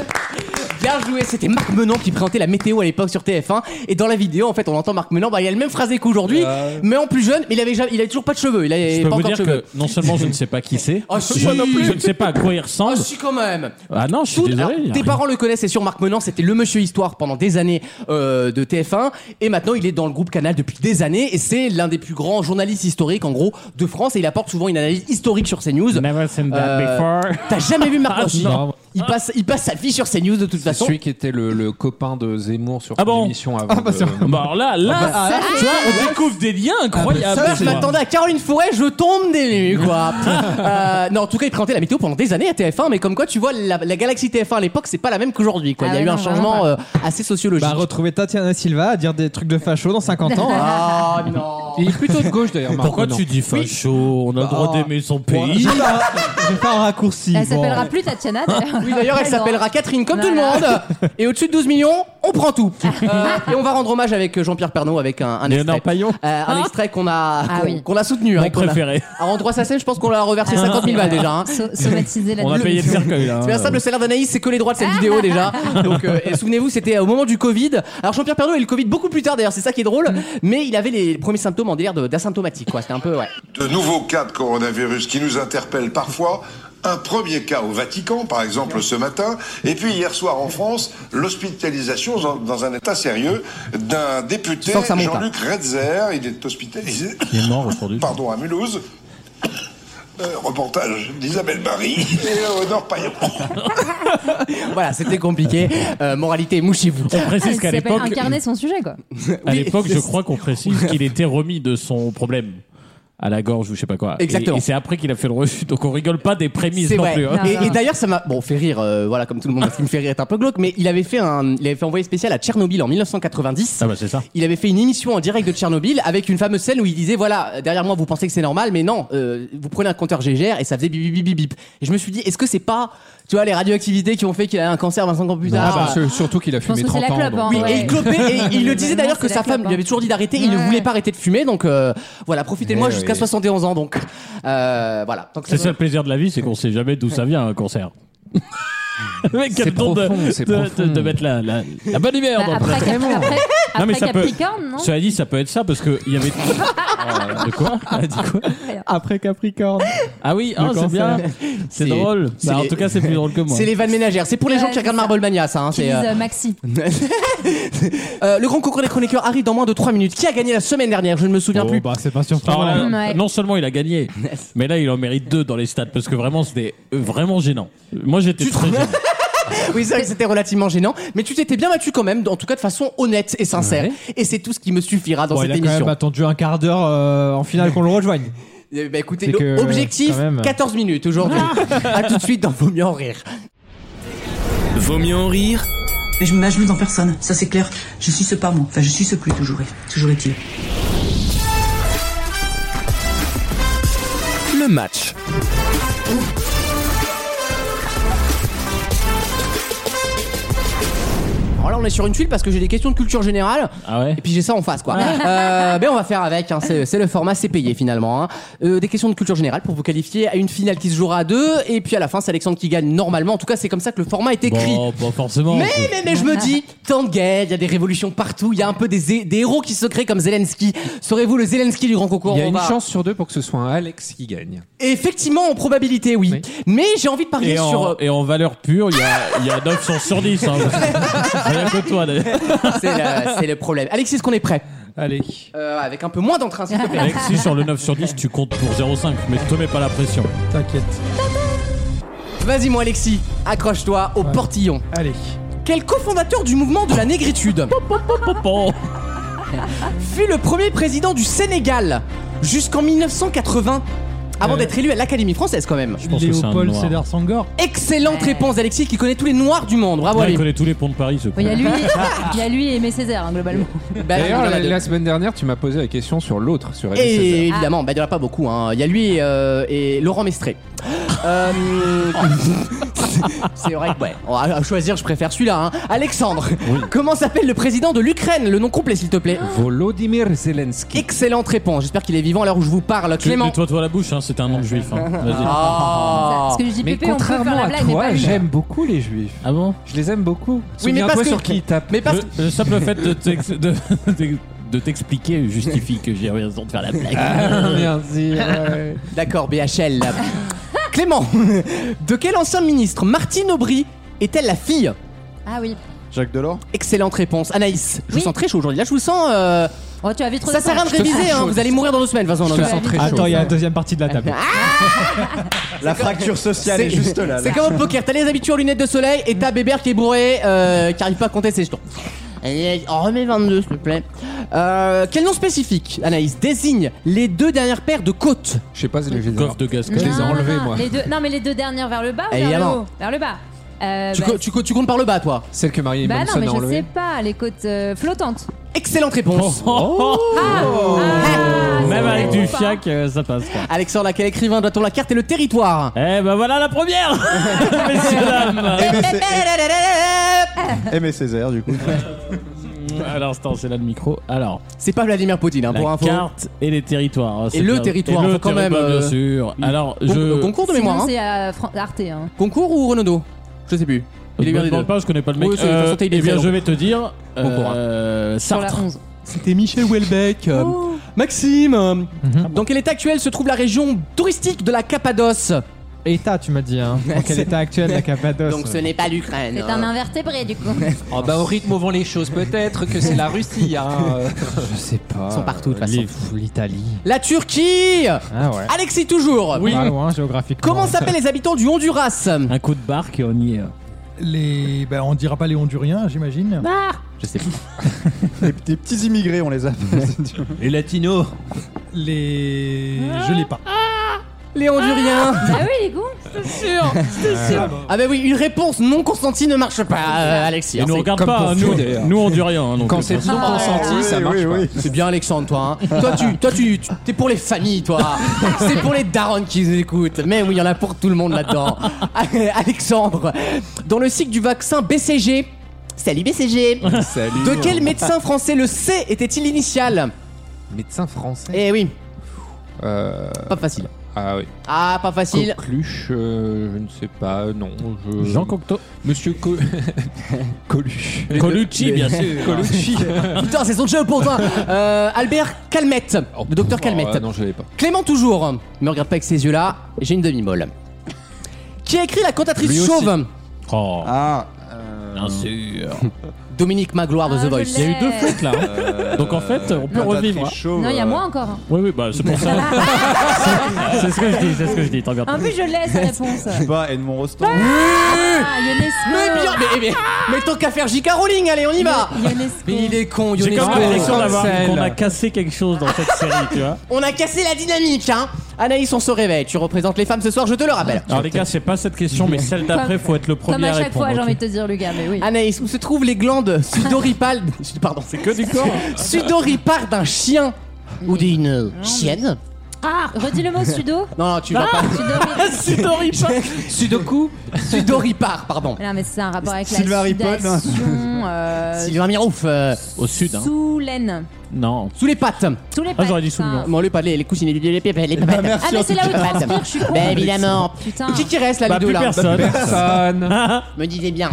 Bien joué, c'était Marc Menon qui présentait la météo à l'époque sur TF1 et dans la vidéo en fait on entend Marc Menon, bah, il a le même phrasé qu'aujourd'hui mais en plus jeune mais il avait, jamais- il avait toujours pas de cheveux, il avait
Je peux
pas
vous
encore de
dire
cheveux.
que non seulement je ne sais pas qui c'est,
Oh,
je,
si. Moi non plus.
je ne sais pas à quoi il ressemble.
Ah si quand même
Ah non, je suis
Tout-
désolé.
alors,
il y a
tes
rien.
parents le connaissent, c'est sûr. Marc Menant, c'était le monsieur histoire pendant des années euh, de TF1. Et maintenant, il est dans le groupe Canal depuis des années. Et c'est l'un des plus grands journalistes historiques, en gros, de France. Et il apporte souvent une analyse historique sur CNews.
Never seen that
Euh,
before.
T'as jamais vu
Ah,
Marc Menant Si.
non.
il passe, il passe sa vie sur CNews de toute
C'est
façon.
celui qui était le, le copain de Zemmour sur
Ah
son
bon
émission avant. de-
Bah alors là, là,
Ah,
tu vois, on découvre des liens incroyables.
bah, Ça, je m'attendais à Caroline Forêt, je tombe des nues, quoi. Euh, non, en tout cas, il présentait la météo pendant des années à TF1, mais comme quoi, tu vois, la, la galaxie TF1 à l'époque, c'est pas la même qu'aujourd'hui, quoi. il
Ah
y a
ouais,
eu un
non,
changement
vraiment
euh, assez sociologique.
Bah, retrouver Tatiana Silva à dire des trucs de facho dans 50 ans. hein.
Ah, non.
Il est plutôt de gauche d'ailleurs, Marc
Pourquoi
Menant.
tu dis facho On a le droit d'aimer son pays.
J'ai pas, j'ai pas un raccourci.
Elle s'appellera
bon.
plus Tatiana d'ailleurs.
Oui, d'ailleurs, elle
Présent.
s'appellera Catherine, comme tout le
Voilà.
monde. Et au-dessus de 12 millions, on prend tout. Euh, et on va rendre hommage avec euh, Jean-Pierre Pernaud avec un, un
Léonard
extrait.
Payon,
Euh, un extrait qu'on a,
Ah
qu'on,
oui.
qu'on a soutenu.
mon
hein, qu'on a-
préféré.
Alors, en droit SACEM, je pense qu'on l'a reversé 50 000 balles déjà. hein.
Sau- Somatiser la
On a
douleur.
payé le cercueil là.
C'est bien
hein.
ça, le salaire d'Anaïs, c'est que les droits de cette vidéo déjà. Donc, euh, et souvenez-vous, c'était au moment du Covid. Alors, Jean-Pierre Pernaud a eu le Covid beaucoup plus tard, d'ailleurs, c'est ça qui est drôle. Mais il avait les premiers symptômes en délire de- d'asymptomatique, quoi. C'était un peu, ouais.
De nouveaux cas de coronavirus qui nous interpellent parfois Un premier cas au Vatican, par exemple, ce matin, et puis hier soir en France, l'hospitalisation dans, dans un état sérieux d'un député,
Je sens que ça monte, hein. là.
Jean-Luc Redzer. Il est hospitalisé,
Il est mort aujourd'hui.
pardon, à Mulhouse. Euh, reportage d'Isabelle Barry et euh, Honor Paillon.
Voilà, c'était compliqué. Euh, moralité, mouchez-vous.
On précise
Il
qu'à
s'appelle
l'époque,
incarner son sujet, quoi.
à
Oui,
l'époque, je
c'est-
crois qu'on précise qu'il était remis de son problème à la gorge ou je sais pas quoi. Et-
Exactement.
Et, c'est après qu'il a fait le refus. Donc on rigole pas des prémices
C'est
non
vrai.
plus. hein.
Non,
Et,
non,
et
non.
d'ailleurs, ça m'a bon fait rire, euh, voilà, comme tout le monde, parce qu'il me fait rire est un peu glauque, mais il avait fait un, il avait fait envoyer spécial à Tchernobyl en 1990.
Ah bah c'est ça.
Il avait fait une émission en direct de Tchernobyl avec une fameuse scène où il disait voilà derrière moi vous pensez que c'est normal mais non euh, vous prenez un compteur GGR et ça faisait bip bip bip bip bip et je me suis dit est-ce que c'est pas tu vois les radioactivités qui ont fait qu'il a un cancer 25 ans plus tard
Ah, bah, surtout qu'il a
Je pense
fumé
que c'est
30
la
ans. donc,
clope. hein,
euh,
oui,
ouais.
et il clopait, et il le disait d'ailleurs que
C'est la
sa femme
clope, hein.
lui avait toujours dit d'arrêter, il ne
Ouais.
voulait pas arrêter de fumer, donc euh, voilà, profitez de moi
Eh
jusqu'à
oui.
71 ans, donc euh, voilà. Donc,
C'est ça le plaisir de la vie, c'est qu'on sait jamais d'où ça vient un concert. Mais quel don de,
profond, c'est
de- de-
profond.
de mettre la, la, la bonne humeur
Bah,
dans le
après,
plateau.
Cap- après,
Non, mais
après
ça peut-
Capricorne, non
Cela dit, ça peut être ça parce que il y avait. Euh, de quoi Elle a dit quoi
Après Capricorne.
Ah oui, hein, c'est bien.
cancer.
C'est
C'est-
drôle.
c'est
Bah, en
les-
tout cas, c'est plus drôle que moi.
C'est les vannes ménagères, c'est pour les gens
Ouais,
qui regardent Marble Mania, ça. hein,
Qui
c'est,
disent
euh,
euh, Maxi.
Euh, le grand concours des chroniqueurs arrive dans moins de 3 minutes. Qui a gagné la semaine dernière Je ne me
Oh.
souviens plus.
bah, c'est pas surprenant.
Alors là, euh,
Ouais.
non seulement il a gagné, mais là il en mérite deux dans les stats parce que vraiment c'était euh, vraiment gênant. Moi j'étais très gêné.
Oui, c'est vrai que c'était relativement gênant, mais tu t'étais bien battu quand même, en tout cas de façon honnête et sincère. Et c'est tout ce qui me suffira dans
Bon, il
cette
a quand
émission.
même attendu un quart d'heure euh, en finale qu'on le rejoigne.
Eh ben, écoutez,
C'est
le-
que,
objectif
quand même. Ah.
14 minutes aujourd'hui. à tout de suite dans Vaut mieux en rire.
Vaut mieux en rire
hein.
Je m'ajoute en personne, ça c'est clair. Je suis ce pas moi. Enfin, je suis ce plus toujours, est- toujours est-il.
le match.
Alors là, on est sur une tuile parce que j'ai des questions de culture générale.
Ah ouais
Et puis j'ai ça en face, quoi.
Ah.
Euh, ben on va faire avec. hein, C'est c'est le format, c'est payé finalement. hein. Euh, des questions de culture générale pour vous qualifier à une finale qui se jouera à deux. Et puis à la fin, c'est Alexandre qui gagne normalement. En tout cas, c'est comme ça que le format est écrit.
Bon, pas forcément.
Mais, mais, mais je me dis, tant de guerre, il y a des révolutions partout, il y a un peu des, des héros qui se créent comme Zelensky. Serez-vous le Zelensky du grand concours
Il y a
On
une
va-
chance sur deux pour que ce soit un Alex qui gagne.
Effectivement, en probabilité, oui. Mais j'ai envie de parier
Et en,
sur. euh,
et en valeur pure, il y a, il y a 900 sur 10. Hein, Rien que toi d'ailleurs.
C'est le, c'est le problème. Alexis, est-ce qu'on est prêt
Allez.
Euh, Avec un peu moins d'entrain, s'il te plaît.
Alexis, sur le 9 sur 10, tu comptes pour 0,5, mais te mets pas la pression.
T'inquiète.
Vas-y, moi, Alexis, accroche-toi au portillon.
Allez.
Quel cofondateur du mouvement de la négritude
Bon,
fut le premier président du Sénégal jusqu'en 1980 avant
Euh.
d'être élu à l'Académie française quand même.
je pense que c'est un
Léopold
noir.
Sédar Sangor.
Excellente
Ouais.
réponse d'Alexis qui connaît tous les noirs du monde. Bravo
Ouais, il
Alexis.
connaît tous les ponts de Paris, ce con.
Il y a lui, il y a lui et Aimé Césaire, hein, globalement.
Bah,
D'ailleurs,
il y en a
la,
deux.
la semaine dernière, tu m'as posé la question sur l'autre, sur Aimé
Et
Césaire.
évidemment, bah, il n'y en a pas beaucoup. hein. Il y a lui euh, et Laurent Mestré. Euh, c'est vrai que, ouais, on va- à choisir, je préfère celui-là. hein. Alexandre, comment s'appelle le président de l'Ukraine Le nom complet, s'il te plaît.
Volodymyr Zelensky.
Excellente réponse. J'espère qu'il est vivant à l'heure où je vous parle.
Tu
Clément.
toi toi la bouche, hein, c'était un nom juif. hein. Vas-y.
Ah.
Parce que je dis
Mais
pépé, on peut faire
contrairement
la
à
blague, mais pas
toi,
lui.
j'aime beaucoup les juifs.
Ah bon
Je les aime beaucoup.
Oui, mais
Souviens-toi
parce que-
sur qui ils tapent.
Mais parce que.
Le, le simple fait de t'ex- de- de- de t'expliquer justifie que j'ai raison de faire la
Ah.
blague.
hein,
Merci. ouais.
D'accord, BHL. là. Clément, de quel ancien ministre Martine Aubry est-elle la fille
Ah oui.
Jacques Delors
Excellente réponse. Anaïs, je vous
Oui.
sens très chaud aujourd'hui. Là, je vous sens. euh,
Oh, tu avais trop
ça sert à rien de réviser, hein, vous allez mourir dans deux semaines, de toute façon.
Je
non,
te
mais-
sens très
Attends, il y a la deuxième partie de la table.
La fracture sociale est, juste là.
C'est
là.
comme au poker, t'as les habitudes aux lunettes de soleil et t'as Bébert qui est bourré, euh, qui arrive pas à compter ses jetons. Allez, En remets 22, s'il te plaît. Euh, quel nom spécifique, Anaïs, désigne les deux dernières paires de côtes
Je sais pas, je les ai-
Coffre de Gascogne.
Je les ai
Non, non,
enlevés,
non,
moi.
les deux- non, mais les deux dernières vers le bas ou vers le
Évidemment.
haut Vers le bas. Euh,
tu,
bah,
co- tu co- tu comptes par le bas, toi.
Celle que Marie
bah non,
Manson
mais
a
je sais
enlevée.
pas, les côtes euh, flottantes.
Excellente réponse.
Oh.
Oh.
Ah,
Même
c'est
avec
bon,
du
pas.
fiac, euh, ça passe pas.
Alexandre, à quel écrivain doit-on la carte et le territoire
Eh ben voilà la première Messieurs, dames
Aimé Cé- Aimé Césaire, du coup.
À l'instant, c'est là le micro. Alors,
C'est pas Vladimir Poutine, hein,
la
pour info.
carte et les territoires. C'est
le
bien.
territoire,
Et le
enfin, quand
territoire,
même,
bien
euh,
sûr. Alors,
Con-
je...
Concours de
Sinon,
mémoire, hein.
c'est à Fran- Arte. Hein.
Concours ou Renaudot Je sais plus. Il est
Je
bien
me
des deux.
demande pas, je connais pas le mec.
Oui, c'est- de toute façon, t'es
eh bien,
illettré,
je vais te dire...
Bon courage.
euh,
Sur la
Sartre.
11.
C'était Michel Houellebecq. euh, Maxime, euh, dans quel état actuel se trouve la région touristique de la Cappadoce
état, tu m'as dit. Hein. En quel état actuel la Cappadoce
Donc ce n'est pas l'Ukraine. hein.
C'est un invertébré du coup.
Ah
Oh bah au rythme où vont les choses, peut-être que c'est la Russie. Hein.
Je sais pas.
Ils sont partout, de toute façon.
Les fous, L'Italie.
La Turquie
Ah ouais.
Alexis toujours
Pas loin géographiquement.
Comment s'appellent les habitants du Honduras
Ah.
Un coup de barque et on y est. euh.
Les,
ben,
bah, on dira pas les Honduriens, j'imagine.
Je sais plus.
Les, les petits immigrés, on les appelle.
Les latinos.
Les, je l'ai pas.
Les Honduriens
Ah oui, les cons
sûr Ah bah oui, une réponse non consentie ne marche pas, euh, Alexis.
Ils nous
C'est
regardent
comme
pas,
pour
hein,
fou.
nous, nous on dit rien. hein, donc,
Quand c'est non consenti, ça marche
oui,
pas.
oui.
C'est bien Alexandre, toi. Hein. toi, tu, toi, tu, tu- t'es pour les familles, toi. C'est pour les darons qui nous écoutent. Mais oui, il y en a pour tout le monde là-dedans. Allez, Alexandre, dans le cycle du vaccin BCG. Salut BCG.
Salut.
De quel médecin français le C était-il l'initial
Médecin français.
Eh oui,
Euh,
pas facile.
ah oui.
Ah, pas facile.
Coqueluche, euh, je ne sais pas, non. Je...
Jean Cocteau.
Monsieur Co- Coluche.
Colucci, bien sûr.
Colucci.
Putain, c'est son jeu pour toi. Euh, Albert Calmette, le docteur Calmette.
Ah, non, je l'avais pas.
Clément toujours. Me regarde pas avec ces yeux-là. J'ai une demi-molle. Qui a écrit la
Lui
cantatrice
aussi.
chauve
Oh,
Ah,
bien sûr.
Dominique Magloire de
Ah,
The
je
Voice.
Il
l'ai.
y a eu deux fautes là. hein. Donc en fait, on peut
Euh,
revivre.
Non, il y a moi encore. hein.
Oui, oui, bah c'est pour ça. C'est- c'est ce que je dis, c'est ce que je dis. T'en regardes
En plus, je l'ai, sa réponse.
Je sais pas, Edmond Rostand.
Ah, Ionesco.
Mais bien, mais, mais- mais tant qu'à faire J.K. Rowling, allez, on y va
Ionesco.
Mais il est con,
J'ai
Ionesco.
quand même l'impression d'avoir-
Cancel.
qu'on a cassé quelque chose dans cette série, tu vois.
On a cassé la dynamique, hein Anaïs, on se réveille. Tu représentes les femmes ce soir, je te le rappelle.
Alors les gars, c'est pas cette question, mais celle d'après, faut être le premier
Comme à chaque
répondre.
fois, j'ai
ok
envie de te dire, Lucas, mais oui.
Anaïs, où se trouvent les glandes sudoripales Pardon, c'est
Que du corps.
sudoripales d'un chien ou d'une chienne
Ah, redis le mot sudo.
Non, non, tu vas pas.
Sudori-
Sudoripare Sudoku Sudoripare, pardon.
Non, mais c'est un rapport avec
Sylvain
la
Ripoll, non.
sudation, euh,
Sylvain Mirouf, euh,
Au sud, hein.
Sous laine.
Non.
sous les pattes.
Tous les
Ah, j'aurais
pattes,
dit sous le
hein.
Bon, les pattes, les, les coussinets, les, les, les, les pattes.
Ah, mais c'est là où tu transpires, je suis con.
Bah, évidemment.
Putain.
Qui qui reste là,
Bah,
les deux
plus
là Bah,
personne.
Me disait bien.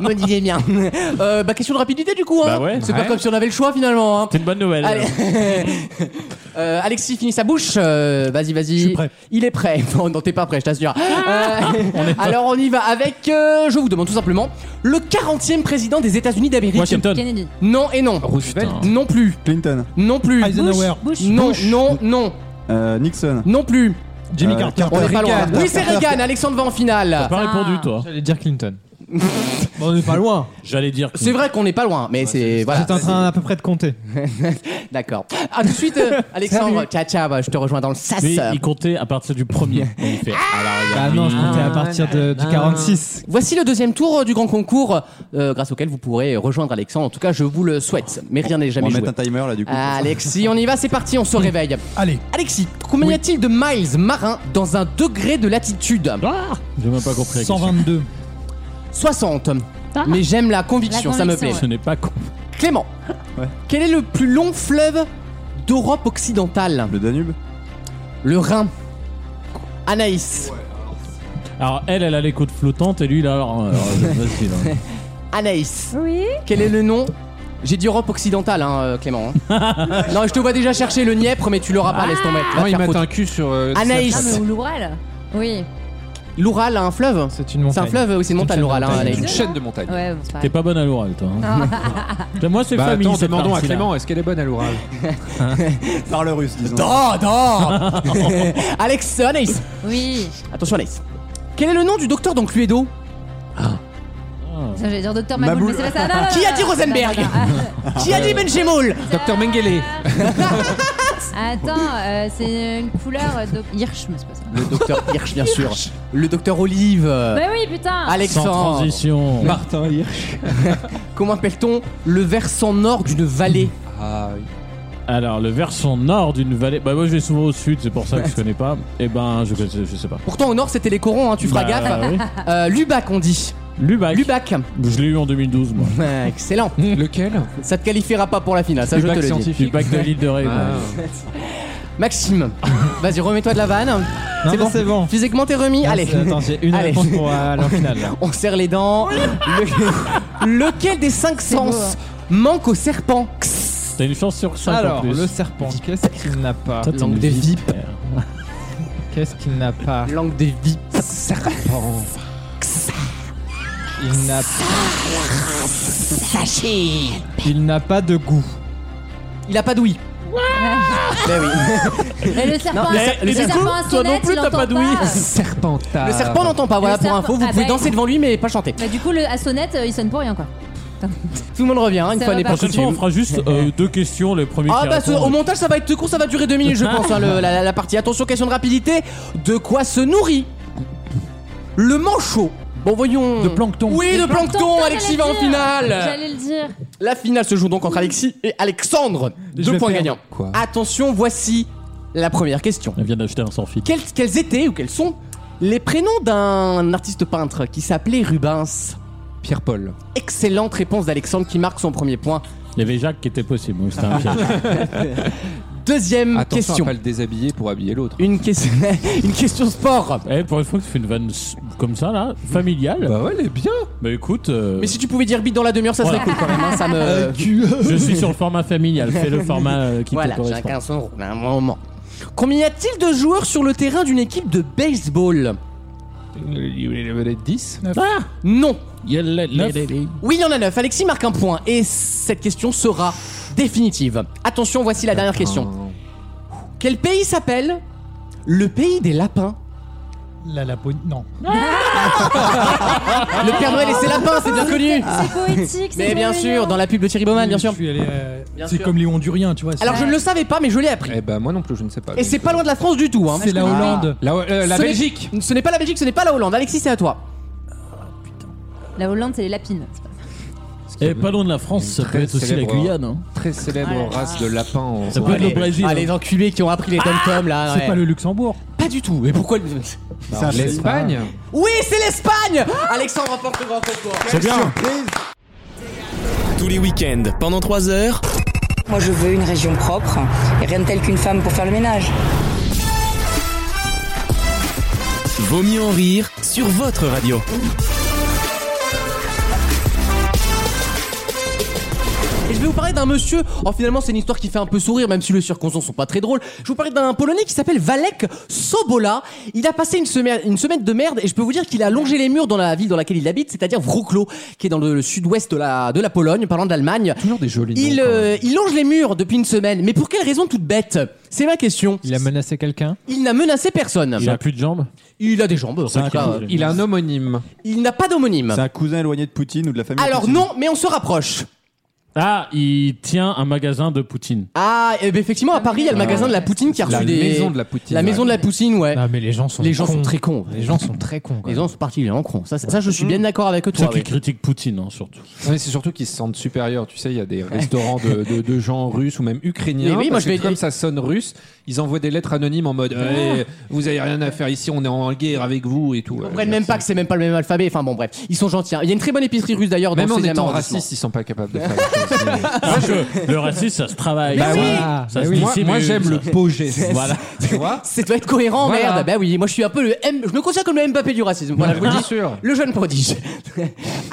Me disait bien. Euh, bah, question de rapidité du coup. Hein.
Bah ouais.
C'est pas
Ouais.
comme si on avait le choix finalement. Hein.
C'est une bonne nouvelle.
Allez. Euh, Alexis finit sa bouche. Euh, vas-y, vas-y.
suis prêt.
Il est prêt. Non, non, t'es pas prêt, je t'assure. Euh, alors on y va avec. euh, je vous demande tout simplement le 40e président des États-Unis d'Amérique.
Washington.
Kennedy.
Non et non.
Oh,
Roosevelt.
Non plus.
Clinton.
Non plus.
Eisenhower.
Bush.
Non, non, non,
Euh, Nixon.
non plus.
Jimmy
Euh,
Carter.
On est pas loin.
Reagan.
Oui, c'est Reagan. Alexandre va en finale.
Pas
Ah.
répondu, toi.
J'allais dire Clinton.
Bon, on est pas loin.
J'allais dire.
C'est vrai qu'on n'est pas loin, mais c'est voilà.
J'étais en train à peu près de compter.
D'accord. À tout de suite, euh, Alexandre. Ciao, ciao. bah, Je te rejoins dans le sas.
Mais il comptait à partir du premier. Donc, il fait, alors, il y a
Bah
lui.
non, je comptais à partir de- du 46.
Voici le deuxième tour euh, du grand concours, euh, grâce auquel vous pourrez rejoindre Alexandre. En tout cas, je vous le souhaite. Mais rien n'est
On
jamais
va
joué.
mettre un timer là du coup.
Ah, Alexis, on y va, c'est parti, on se réveille.
Allez,
Alexis, combien y a-t-il de miles marins dans un degré de latitude
Ah J'ai même pas compris. la question.
122.
60.
Ah.
Mais j'aime la conviction,
La
ça me plaît.
conviction,
Ce n'est pas con.
Clément,
Ouais.
quel est le plus long fleuve d'Europe occidentale
Le Danube.
Le Rhin. Anaïs,
Alors elle, elle a les côtes flottantes et lui, il a alors. euh, facile, hein.
Anaïs,
Oui.
quel est le nom j'ai dit Europe occidentale, hein, euh, Clément. hein. non, je te vois déjà chercher le Nièvre, mais tu l'auras pas, laisse tomber. Va
Ah, Non,
te
ils
faire
mettent
foutre.
un cul sur. euh,
Anaïs.
Ah, mais ou l'Oural. Oui.
L'Oural a un fleuve
C'est une
C'est un
montagne.
fleuve, oui, c'est une montagne, l'Oural. hein,
Snapchat.
Anaïs.
Une chaîne de montagne.
Ouais, bon, c'est
T'es
pareil.
pas bonne à l'oral, toi. hein.
Ah.
Moi, c'est
Bah
famille.
attends,
cette
demandons à
partie-là.
Clément, est-ce qu'elle est bonne à l'oral
Parle russe, disons.
Non, non Alex, euh, Anaïs
Oui.
Attention Anaïs. Quel est le nom du docteur dans Cluedo
Ah.
Ça, J'allais dire docteur Maboul,
Maboul.
mais c'est pas ça. Non, non,
Qui a
non,
dit
non,
Rosenberg
non, non, non.
Qui a dit Benjemoul
Docteur Mengele.
Ah, Attends, euh, c'est une couleur euh, de Hirsch, mais c'est pas ça.
Le docteur Hirsch, bien sûr. Le docteur Olive. euh,
Mais Bah oui, putain.
Sans
Alexandre.
transition.
Martin Hirsch.
Comment appelle-t-on le versant nord d'une vallée
Ah oui.
Alors, le versant nord d'une vallée. Bah, moi, je vais souvent au sud, c'est pour ça que je connais pas. Eh ben, je, je, je sais pas.
Pourtant au nord c'était les corons, hein, tu feras
Bah,
gaffe.
oui.
Euh, Lubac on dit.
Lubac.
Lubac.
Je l'ai eu en 2012, moi.
Ouais, Excellent.
Lequel
Ça te qualifiera pas pour la finale, ça je te
bac
le dis.
scientifique.
Lubac de l'île de Ré.
Ah.
Maxime, vas-y remets-toi de la vanne.
Non,
C'est
mais
bon.
c'est bon.
Physiquement t'es remis. Allez.
Attends, j'ai une
Allez.
réponse pour euh, la finale. là.
On serre les
Oh
dents. Le- Lequel des cinq
hein.
sens manque au serpent
T'as une chance sur 5 en
Alors,
plus.
le serpent, qu'est-ce qu'il n'a pas
Toi, t'es
Langue
une
des
vipère.
Qu'est-ce qu'il n'a pas
Langue des vies.
Serpent. Il n'a
Sachez
Il n'a pas de goût.
Il a pas d'ouïe. Ben oui.
Et le serpent, le ser- le serpent à sonnette, il entend pas.
Serpentard.
Le serpent n'entend pas, voilà
Le
pour
serpent-
info. Vous
ah
pouvez
bah,
danser
il-
devant lui mais pas chanter.
Bah, du coup, le, à sonnette, euh, il sonne pour rien, quoi.
Tout le monde revient, hein, une
Ça
fois
va
n'est
pas.
pas
Prochaine fois, on
coutume.
fera juste euh, deux questions. Le premier
Ah
qui
bah
répond,
ce- au
euh,
montage ça va être court, ça va durer deux minutes je pense hein, le- la, la partie. Attention, question de rapidité. De quoi se nourrit le manchot Bon voyons. De plancton. Oui, de plancton. Alexis hein. va en finale.
J'allais le dire.
La finale se joue donc entre Alexis et Alexandre. Deux
vais
points
perdre.
gagnants.
Quoi
Attention, voici la première question.
Elle vient d'acheter un sans fil.
Quels, quels étaient ou quels sont les prénoms d'un artiste peintre qui s'appelait Rubens
Pierre-Paul.
Excellente réponse d'Alexandre qui marque son premier point.
Il y avait Jacques qui était possible, donc c'était un piège.
Deuxième
Attention
question.
à pas le déshabiller pour habiller l'autre.
Une, question une question sport.
Eh, pour une fois que tu fais une vanne s- comme ça, là, familiale. Bah
Ah ouais, elle est bien.
Bah écoute, euh,
Mais si tu pouvais dire bite dans la demi-heure, ça serait
Voilà.
cool quand même. hein, ça me...
je suis sur le format familial. Fais le format euh, qui
voilà,
te correspond.
chacun son rôle. Un moment. Combien y a-t-il de joueurs sur le terrain d'une équipe de baseball
Il avait être 10.
Ah Non
Neuf.
Oui, il y en a 9. Alexis marque un point. Et cette question sera définitive. Attention, voici la dernière question. Quel pays s'appelle le pays des lapins
La Laponie. Non.
Le Père Noël et ses lapins, c'est bien connu
C'est poétique, c'est
Mais bien sûr, dans la pub de Thierry Baumann, bien sûr.
Je suis allé, euh,
Bien
C'est
sûr.
comme les Honduriens, tu vois.
Alors je ne le savais pas, mais je l'ai appris.
Eh ben moi non plus, je ne sais pas.
Et c'est pas loin de la France du tout. Hein.
C'est la Hollande.
La, euh, la
Ce n'est-
Belgique.
Ce n'est pas la Belgique, ce n'est pas la Hollande. Alexis, c'est à toi.
La Hollande, c'est les lapines. C'est pas ça.
Eh, pas loin de la France, ça peut être aussi la Guyane. hein.
Très célèbre
Ouais.
race de lapins. en-
Ça peut être le
Allez,
Brésil.
Ah,
hein.
les enculés qui ont appris les dom-toms là.
C'est
ouais.
pas le Luxembourg.
Pas du tout. Mais pourquoi le-
Alors, L'Espagne.
Oui, c'est l'Espagne Alexandre remporte le grand concours.
C'est bien.
Tous les week-ends, pendant 3 heures,
Moi, je veux une région propre et rien de tel qu'une femme pour faire le ménage.
Vaut mieux en rire sur votre radio.
Et je vais vous parler d'un monsieur. Oh, finalement, c'est une histoire qui fait un peu sourire, même si les circonstances sont pas très drôles. Je vais vous parler d'un Polonais qui s'appelle Valek Sobola. Il a passé une semaine, une semaine de merde et je peux vous dire qu'il a longé les murs dans la ville dans laquelle il habite, c'est-à-dire Wrocław, qui est dans le, le sud-ouest de la, de la Pologne, parlant de l'Allemagne.
Toujours des jolis noms,
Il,
quand même.
euh, il longe les murs depuis une semaine. Mais pour quelle raison toute bête C'est ma question.
Il a menacé quelqu'un
Il n'a menacé personne.
Il a plus de jambes.
Il a des jambes. en
C'est
tout cas.
incroyable.
Il a un homonyme.
Il n'a pas d'homonyme.
C'est un cousin éloigné de Poutine ou de la famille.
Alors
Poutine.
non, mais on se rapproche.
Ah, il tient un magasin de Poutine.
Ah, eh ben, effectivement, à Paris, il y a le magasin de la Poutine qui a
La
reçu des...
maison de la Poutine.
La maison de la Poutine, ouais.
Ah, mais les gens sont
Les gens sont très cons.
Les gens sont très cons. quoi.
Les gens sont particulièrement cons. Ça, c'est- ça, je suis bien d'accord avec
Ceux
toi.
qui
ouais.
critiquent Poutine, hein, surtout.
Non, mais c'est surtout qu'ils se sentent supérieurs. Tu sais, il y a des restaurants de, de- de gens russes ou même ukrainiens.
Mais oui, moi,
parce
je vais-
que comme ça sonne russe, ils envoient des lettres anonymes en mode Eh, Vous avez rien à faire ici, on est en guerre avec vous et tout.
Ils comprennent même pas que c'est même pas le même alphabet. Enfin bon, bref, ils sont gentils. hein. Il y a une très bonne épicerie russe d'ailleurs. dans
Même
le
en
16e
étant
arrondissement.
racistes, ils sont pas capables de faire. les choses.
Parce que le racisme, ça se travaille.
Mais
ça-
oui.
ça
Bah
se
oui.
Moi,
dissimule,
moi, j'aime
ça-
le beau geste.
Voilà.
Tu vois
Ça doit être cohérent,
Voilà.
merde. Bah oui, moi je suis un peu le M. Je me considère comme le Mbappé du racisme. Voilà, je vous le
Bien
dis.
sûr.
Le jeune prodige.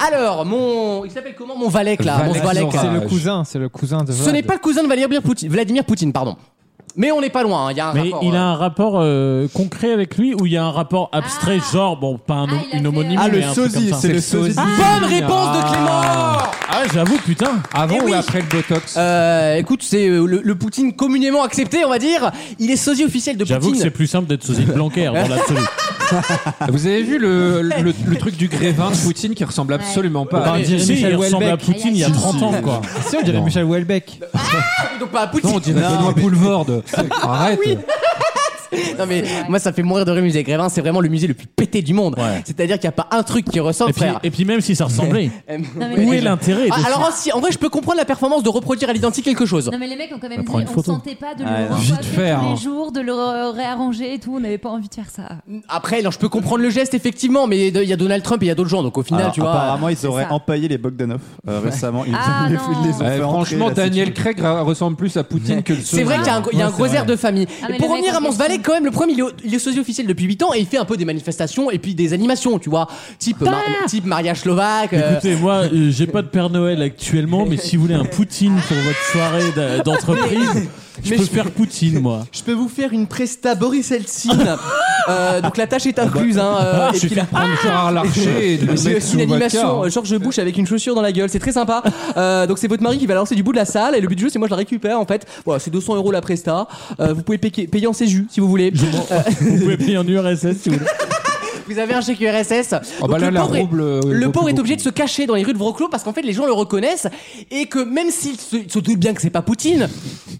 Alors, mon. Il s'appelle comment Mon Valek là. Mon
Valek
Valek.
Zora.
C'est
Ah,
le
je-
cousin, c'est le cousin de.
Ce n'est pas le cousin de Vladimir Poutine, Vladimir Poutine pardon. Mais on n'est pas loin, hein. il y a un
Mais
rapport,
il
euh,
a un rapport euh, concret avec lui ou il y a un rapport abstrait,
Ah.
genre, bon, pas un, nom-
Ah, il a
une
fait,
homonymie,
Ah, le
mais un truc
sosie,
comme ça.
c'est le sosie.
Bonne réponse de Clément
Ah, j'avoue, putain.
Avant
Eh oui.
ou après le Botox
Euh, écoute, c'est euh, le, le Poutine communément accepté, on va dire. Il est sosie officiel de
J'avoue que c'est
Poutine.
plus simple d'être sosie de Blanquer dans l'absolu.
Vous avez vu le, le- le truc du grévin de Poutine qui ressemble absolument pas à
on dirait
Si, il
Michel
ressemble à
Houellebecq.
Poutine il y a 30 ans, quoi.
Si, on dirait Michel Houellebecq.
Donc pas à Poutine.
Non, on dirait
Non,
Benoît
mais-
Poulvorde.
ah
Arrête. Eh,
Non mais moi ça fait mourir de rire musée Grévin, c'est vraiment le musée le plus pété du monde.
Ouais.
C'est-à-dire qu'il n'y a pas un truc qui ressemble,
Et puis,
frère. Euh,
et puis même si ça ressemblait,
Non, mais,
où
les...
est l'intérêt de
Ah,
ça
alors si- en vrai je peux comprendre la performance de reproduire à l'identique quelque chose.
non, mais les mecs ont quand même
Bah, prends
dit
une
on
photo.
sentait pas de le
Ouais, non.
recoiffer
Vite faire,
tous les
hein.
jours, de le re- réarranger et tout. On n'avait pas envie de faire ça.
Après non je peux comprendre le geste effectivement mais il y a Donald Trump et il y a d'autres gens donc au final
Alors,
tu vois.
Apparemment, ils auraient
ça.
empaillé les Bogdanov euh, récemment. Ils
Ah,
ils
non.
les ont
Eh,
fait entrer,
franchement,
la
Daniel Craig ra- ressemble plus à Poutine que le
euh, C'est vrai qu'il y a un, il y a un gros air de famille.
Ah,
et
mais
pour
le mec
revenir
en
à Mons Valley,
question.
quand même, le premier, il est, au- il est sosie officiel depuis 8 ans et il fait un peu des manifestations et puis des animations, tu vois. Type, mar- type mariage slovaque. euh,
Écoutez, moi, euh, j'ai pas de Père Noël actuellement, mais si vous voulez un Poutine pour votre soirée d'a- d'entreprise, je
mais
peux
je-
faire Poutine, moi.
Je peux vous faire une presta Boris Eltsine Euh, donc la tâche est incluse. Hein, euh,
Ah, suffit
la-
de prendre Gérard Larcher et de le
C'est
mettre
aussi
sous
une
vodka,
animation euh,
hein.
Georges Bush avec une chaussure dans la gueule. C'est très sympa. Euh, donc c'est votre mari qui va la lancer du bout de la salle et le but du jeu c'est moi je la récupère en fait. Voilà, c'est 200 euros la presta. Euh, vous pouvez payer, payer en séju si vous voulez.
Vous pouvez payer en URSS si vous voulez.
Vous avez un chèque URSS.
Ah bah
Donc
là,
le
la
pauvre, est-
rouble,
le
euh, beaucoup,
pauvre est
beaucoup.
obligé de se cacher dans les rues de Wrocław parce qu'en fait les gens le reconnaissent et que même s'il se, il se doute bien que c'est pas Poutine,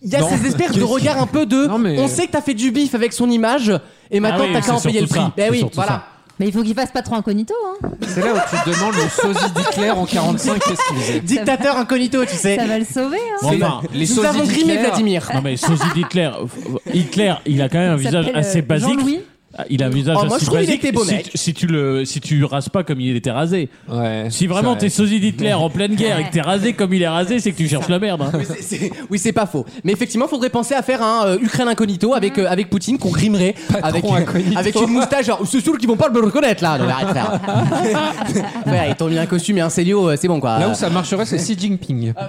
il y a
Non.
ces espèces de
Qu'est-ce
regards
qu'il-
un peu de.
Non, mais-
On sait que t'as fait du bif avec son image et maintenant
Ah oui,
t'as qu'à en
c'est
payer le
surtout
prix.
ça,
Ben
c'est
oui,
surtout
voilà.
ça.
Mais il faut qu'il fasse pas trop incognito. Hein.
C'est là où tu te demandes le sosie d'Hitler en 45, qu'est-ce qu'il faisait
Dictateur incognito, tu sais.
Ça va le sauver. Hein.
Bon, enfin,
les Nous sosies avons grimé d'Hitler- Vladimir.
Non mais sosie d'Hitler, Hitler, il a quand même un
Il
visage
s'appelle,
assez
euh,
basique.
Jean-Louis
Ah, Il a un visage
Oh,
assez
moi, je trouve qu'il
basique.
était beau
si,
mec.
tu- si tu le, si tu rases pas comme il était rasé. si vraiment
c'est vrai.
t'es sosie d'Hitler en pleine guerre et que t'es rasé comme il est rasé, c'est que tu cherches la merde. hein.
C'est- c'est- oui, c'est pas faux. Mais effectivement, faudrait penser à faire un euh, Ukraine incognito avec, euh, avec Poutine qu'on grimerait avec,
Mm. incognito.
avec une moustache. Genre, c'est sûr qu'ils vont pas le reconnaître là. Non, mais arrête, frère. Frère, ils t'ont mis un costume et un célio, euh, c'est bon quoi.
Là où ça marcherait, c'est Xi Jinping.
Ah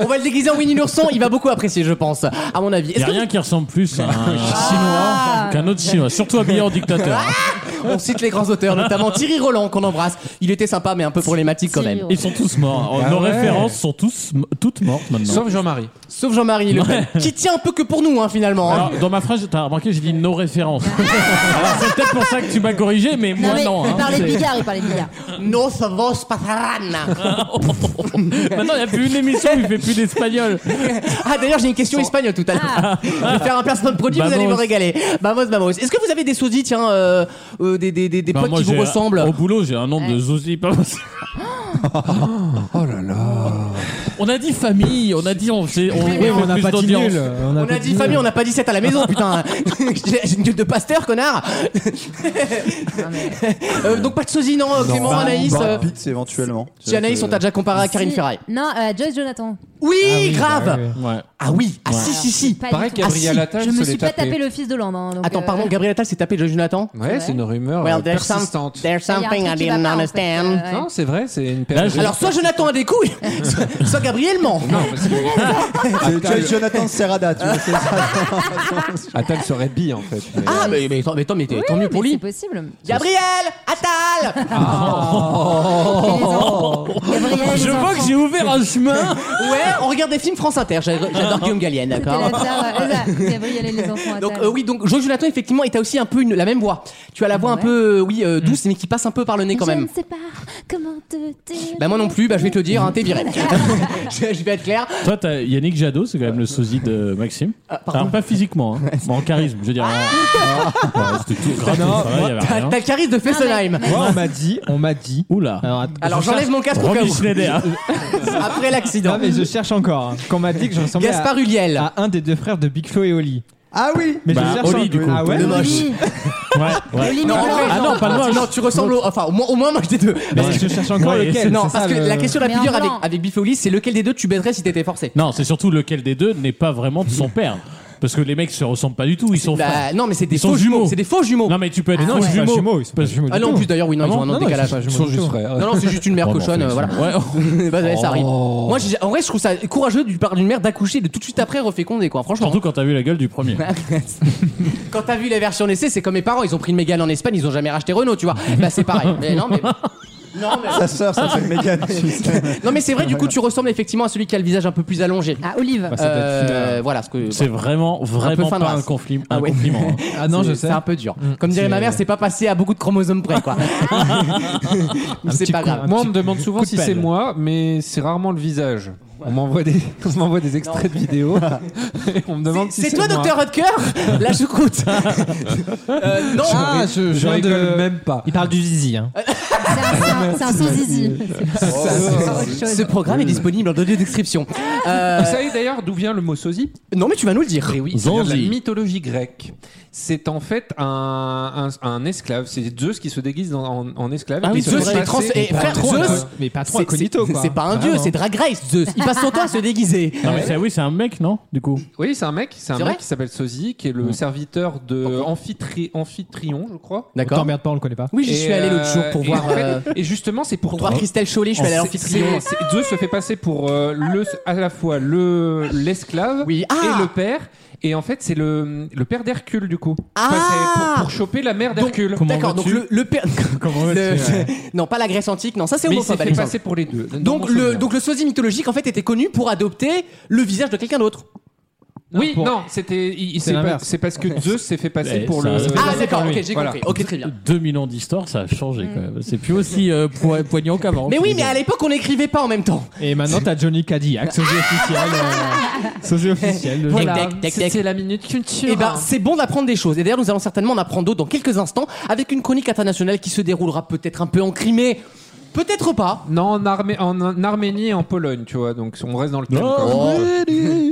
On va le déguiser en Winnie l'ourson, il va beaucoup apprécier, je pense, à mon avis.
Il
Est-ce
a
que Ah.
rien qui ressemble plus à un chinois qu'un autre chinois, surtout habillé en dictateur.
on cite les grands auteurs, notamment Thierry Roland qu'on embrasse Il était sympa, mais un peu problématique quand même.
Ils sont tous morts.
Ah
Nos
ouais.
références sont tous, toutes mortes maintenant.
Sauf Jean-Marie.
Sauf Jean-Marie Le Pen, qui tient un peu que pour nous, hein, finalement. hein.
Alors, dans ma phrase, t'as remarqué, j'ai dit nos références. Alors, c'est peut-être pour ça que tu m'as corrigé, mais
Non,
moi
mais
non.
il
hein.
parlait
C'est-
de Bigard, il parlait de Bigard.
Nos vos pasarán.
Maintenant, il n'y a plus une émission où il fait plus d'espagnol.
Ah, d'ailleurs, j'ai une question espagnole tout à l'heure.
Ah.
Je vais faire un placement de produit, vous allez
Vamos.
vous régaler. Vamos, vamos. Est-ce que vous avez des sosies, tiens, euh, euh, des, des, des, des
Bah,
potes
moi,
qui vous
j'ai-
ressemblent
Au boulot, j'ai un nom de Zosie. pas possible.
Oh là là.
On a dit famille, on a dit on s'est- on,
Oui, on n'a
plus
pas dit
d'audience.
nul.
On a dit famille, on n'a pas dit 7 à la maison, putain. J'ai j'ai une gueule de pasteur, connard. Euh, donc pas de sosie, non, Clément,
Bah,
Anaïs. euh,
Brad Pitt, éventuellement.
Si Anaïs, on t'a déjà comparé à Ah, Karine
Si-
Ferraille.
Non, euh, Joyce Jonathan.
Oui,
Ah
grave.
bah
Ouais.
Ah oui, ah
Ouais.
si, si, si.
Pas
Pareil
du tout. Ah
qu'Abriel Attal
Je
se
me
l'est
suis pas tapé
tapé.
le fils de l'homme. hein, donc,
Attends,
euh,
pardon, Gabriel Attal s'est tapé Joe Jonathan
Ouais, c'est une rumeur euh,
Well, there's, some-
persistante.
there's
Il y a un
something I
truc qui va
didn't
pas, en fait,
understand.
euh, ouais.
Non, c'est vrai, c'est une
Là,
période.
je-
Alors, soit Jonathan a des couilles, soit- soit Gabriel ment.
Non, parce que
C'est
Attal-
Jonathan Serrada, tu vois, c'est ça.
Attal serait bi en fait. Mais-
Ah, mais, mais, tant- mais tant- mais
oui,
tant mieux
mais
pour lui.
C'est possible.
Gabriel Attal
Et les enfants. Gabriel, les
Je vois que
enfants.
j'ai ouvert un chemin.
Ouais, on regarde des films France Inter. J'a- J'adore Guillaume Gallienne,
C'était
d'accord
la star, euh, Elsa. Gabriel et les enfants.
Ah. donc
Attal.
euh, oui, donc Joe Jonathan effectivement, et t'as aussi un peu une, la même voix. Tu as la voix un
Ouais.
peu, euh, oui, euh, douce, mais qui passe un peu par le nez quand
je
même.
ne sais pas comment te dire.
Bah moi non plus, bah je vais te le dire, hein, t'es viré. je, je vais être clair.
Toi, t'as Yannick Jadot, c'est quand même le sosie de Maxime.
Ah,
Alors, pas physiquement, hein. mais en charisme, je veux dire. en- Ouais, C'était tout grave,
Non,
tout le travail, il y avait
T'as
rien.
t'as le charisme
Ah,
de Fessenheim.
Moi, on m'a dit, on m'a dit. Ah,
Oula.
Alors, att-
Ah. Alors
je cherche-
j'enlève mon casque au cas
Romy
où.
Schneider.
Après l'accident.
Non, mais je cherche encore. hein. Qu'on m'a dit que je ressemblais à, Ah,
Gaspard Huliel.
à un des deux frères de Big Flo et Oli.
Ah oui
Mais
Bah,
je cherche
Oli,
encore-
du coup.
Ah ouais
Le
Oui.
moche.
Ouais, ouais.
Oli, mais
Non, en
blanc.
vrai,
Ah non, pas le moche.
Non, tu ressembles au. Enfin, au moins, au moins moi j'étais deux.
Mais je cherche encore
Ouais,
lequel.
Non,
c'est ça,
parce que
le-
la question la
Mais
plus
en
dure avec,
blanc.
avec Biff O'Leary, c'est lequel des deux tu baiserais si t'étais forcé
Non, c'est surtout lequel des deux n'est pas vraiment de son père. Parce que les mecs se ressemblent pas du tout, ils sont frères.
Bah, non, mais c'est des
Ils sont
faux jumeaux.
jumeaux.
C'est des faux jumeaux.
Non, mais tu peux être
Ah
faux
ouais. Ils sont pas
jumeau.
jumeaux, ils sont pas jumeaux
Ah non, en plus d'ailleurs, oui, non, ils ont un autre décalage.
Ils sont juste frères.
Non, non, c'est juste une mère
Bon, bah,
cochonne,
on fait
euh, voilà. Ouais, bah, ouais, ça arrive. Moi, j'ai- en vrai, je trouve ça courageux du part d'une mère d'accoucher, de tout de suite après reféconder, quoi. Franchement.
Surtout quand t'as vu la gueule du premier.
Quand t'as vu la version laissée, c'est comme mes parents, ils ont pris une Mégane en Espagne, ils ont jamais racheté Renault, tu vois. Bah, c'est pareil. Mais non, mais. Non, mais,
Sa sœur, ça fait méga Moi,
non, mais c'est vrai, du coup, tu ressembles effectivement à celui qui a le visage un peu plus allongé.
Ah, Olive.
Euh, voilà, ce que.
C'est vraiment,
peu
vraiment
fin de
pas un,
race.
conflit,
Ah
un
ouais.
compliment. hein.
Ah non,
C'est-
je sais.
C'est un peu dur.
Mm.
Comme dirait
C'est-
ma mère, c'est pas passé à beaucoup de chromosomes près, quoi. Mais c'est
petit
pas
coup,
grave.
un
Moi, on me demande souvent
coup de
si c'est
pelle.
moi, mais c'est rarement le visage. On m'envoie des, on m'envoie des extraits de vidéos. et on me demande si
C'est toi,
moi. Ah.
docteur Rutger La choucroute Euh, Non
Ah, je,
Je
je viens
rigole
de.
même pas.
Il parle du zizi. Hein.
C'est un- c'est un- c'est un sosizi.
Ah,
Oh,
Ce programme est disponible en audio description. Euh,
Vous savez d'ailleurs d'où vient le mot sosie
non, mais tu vas nous le dire.
Eh oui, ça vient de la
Zanzi.
mythologie grecque. C'est en fait un, un, un esclave. C'est Zeus qui se déguise dans- en, en esclave.
Ah
et
oui,
qui se
Zeus,
fait
il est trans-
passer-
et frère,
trop,
Zeus,
euh,
Mais pas trop
C'est-
incognito,
c'est-
quoi.
C'est pas un dieu,
Vraiment.
c'est Drag Race, Zeus. Il passe son temps à se déguiser.
Non, mais c'est- oui, c'est un mec, non Du coup.
Oui, c'est un mec, c'est un
C'est vrai
mec qui s'appelle Sosie, qui est le serviteur de Amphitri- Amphitryon, je crois.
D'accord
T'emmerdes pas, on le connaît pas.
Oui, j'y
Et,
suis allé l'autre jour
euh,
pour
et
voir.
en fait-
euh,
Et justement, c'est pour,
Pour voir Christelle Cholet, je suis allé à
C'est-
l'amphithéâtre.
c'est- c'est- Zeus se fait passer pour euh, le, à la fois le l'esclave
Oui. Ah
et le père. Et en fait, c'est le, le père d'Hercule, du coup.
Ah
Enfin, c'est pour, pour choper la mère d'Hercule.
Donc- D'accord, donc le, le père.
Comment
le-
vas-tu, ouais.
Non, pas la Grèce antique, non, ça c'est
Mais il s'est
homophobe.
fait
Alexandre.
passer pour les deux. Dans mon
Donc le,
souvenir.
donc le sosie mythologique en fait était connu pour adopter le visage de quelqu'un d'autre.
Oui, non, c'était. il- il
C'est
s'est pas-
l'inverse.
C'est parce que Zeus s'est fait passer
Eh,
pour
ça-
le.
ça fait
Ah, d'accord,
pour lui.
ok, j'ai compris. Ok, très bien.
2000 ans d'histoire, ça a changé quand même. C'est plus aussi euh, po- poignant qu'avant.
Mais
tu
oui, mais
disais.
à l'époque on n'écrivait pas en même temps.
Et maintenant, t'as Johnny Cadillac, sosie officiel. euh, sosie officiel. de-
Voilà.
Tac, tac, tac, tac.
C'est la minute culture.
Eh ben, c'est bon d'apprendre des choses. Et d'ailleurs, nous allons certainement en apprendre d'autres dans quelques instants avec une chronique internationale qui se déroulera peut-être un peu en Crimée, peut-être pas.
Non, en, Armé- en- en Arménie et en Pologne, tu vois. Donc on reste dans le thème. quand
Oh,
même.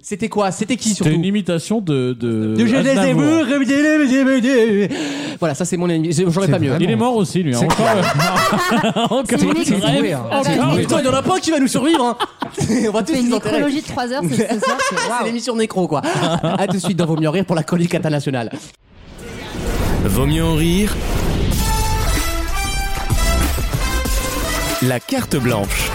C'était quoi C'était qui
C'était une
surtout
imitation de. De,
De je les ai
Aznavour.
vus, je les ai vus, je les ai vus. Voilà, ça c'est mon ennemi. J'ai- J'aurais pas mieux.
Il est mort aussi, lui. hein.
C'est
Encore. Encore.
C'est
Bref,
doué, hein.
encore.
Putain, il y en a pas un qui va nous survivre. hein. On va tous
C'est une
nous enterrer.
nécrologie de 3 heures, c'est ce soir. c'est-
C'est l'émission Nécro, quoi. A tout de suite dans Vaut mieux en rire pour la chronique internationale.
Vaut mieux en rire. La carte blanche.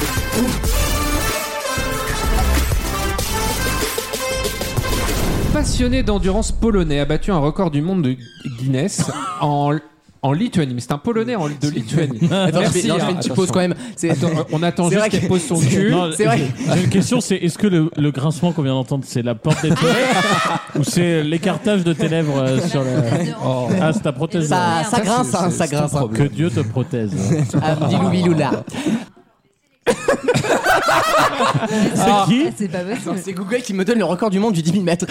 Passionné d'endurance polonais a battu un record du monde de Guinness en. En Lituanie, mais c'est un Polonais en- de Lituanie.
Attends, je fais- non, je fais une petite pause quand même. C'est-
Attends, on attend
C'est
juste
vrai que-
qu'elle pose son cul.
Non,
C'est vrai.
j'ai- J'ai une question, c'est est-ce que le, le grincement qu'on vient d'entendre, c'est la porte des toilettes ou c'est l'écartage de tes lèvres euh, sur le.
Oh.
Ah, c'est ta prothèse.
Ça, ça
Ça,
grince,
c'est-
hein, ça
c'est ton
grince. hein.
Que Dieu te protège.
Ah, bilou, bilou, là.
C'est qui
Ah, C'est pas possible.
C'est Google qui me donne le record du monde du 10 000 mètres.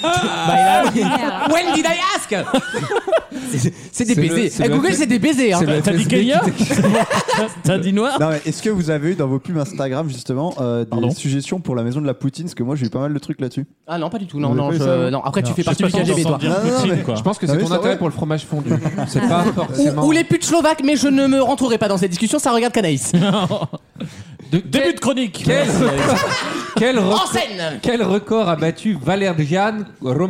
Bah, il a- When did I ask C'est- C'est des
C'est le-
baisers.
c'est
Eh,
le
Google,
fait-
c'est des baisers. hein.
c'est le
T'as dit
FSB
Kenya T'as dit noir
Non, mais Est-ce que vous avez eu dans vos pubs Instagram justement euh, des
Pardon
suggestions pour la maison de la Poutine Parce que moi j'ai eu pas mal de trucs là-dessus.
Ah non, pas du tout.
Vous
Non, non,
avez pas eu
je-
ça
non. Après, tu
Non,
fais
je
partie du
sais pas
KGB, toi.
s'entendre dire
Non, non,
Poutine,
mais-
quoi.
Je pense que
Ah
c'est
oui,
ton
ça,
intérêt
ouais.
pour le fromage fondu. C'est pas
Ou,
forcément.
ou les putes slovaques, mais je ne me rentrerai pas dans cette discussion, ça regarde Canaïs.
De-
Début de chronique
Quel, quel,
en
record,
scène
quel record a battu Valerian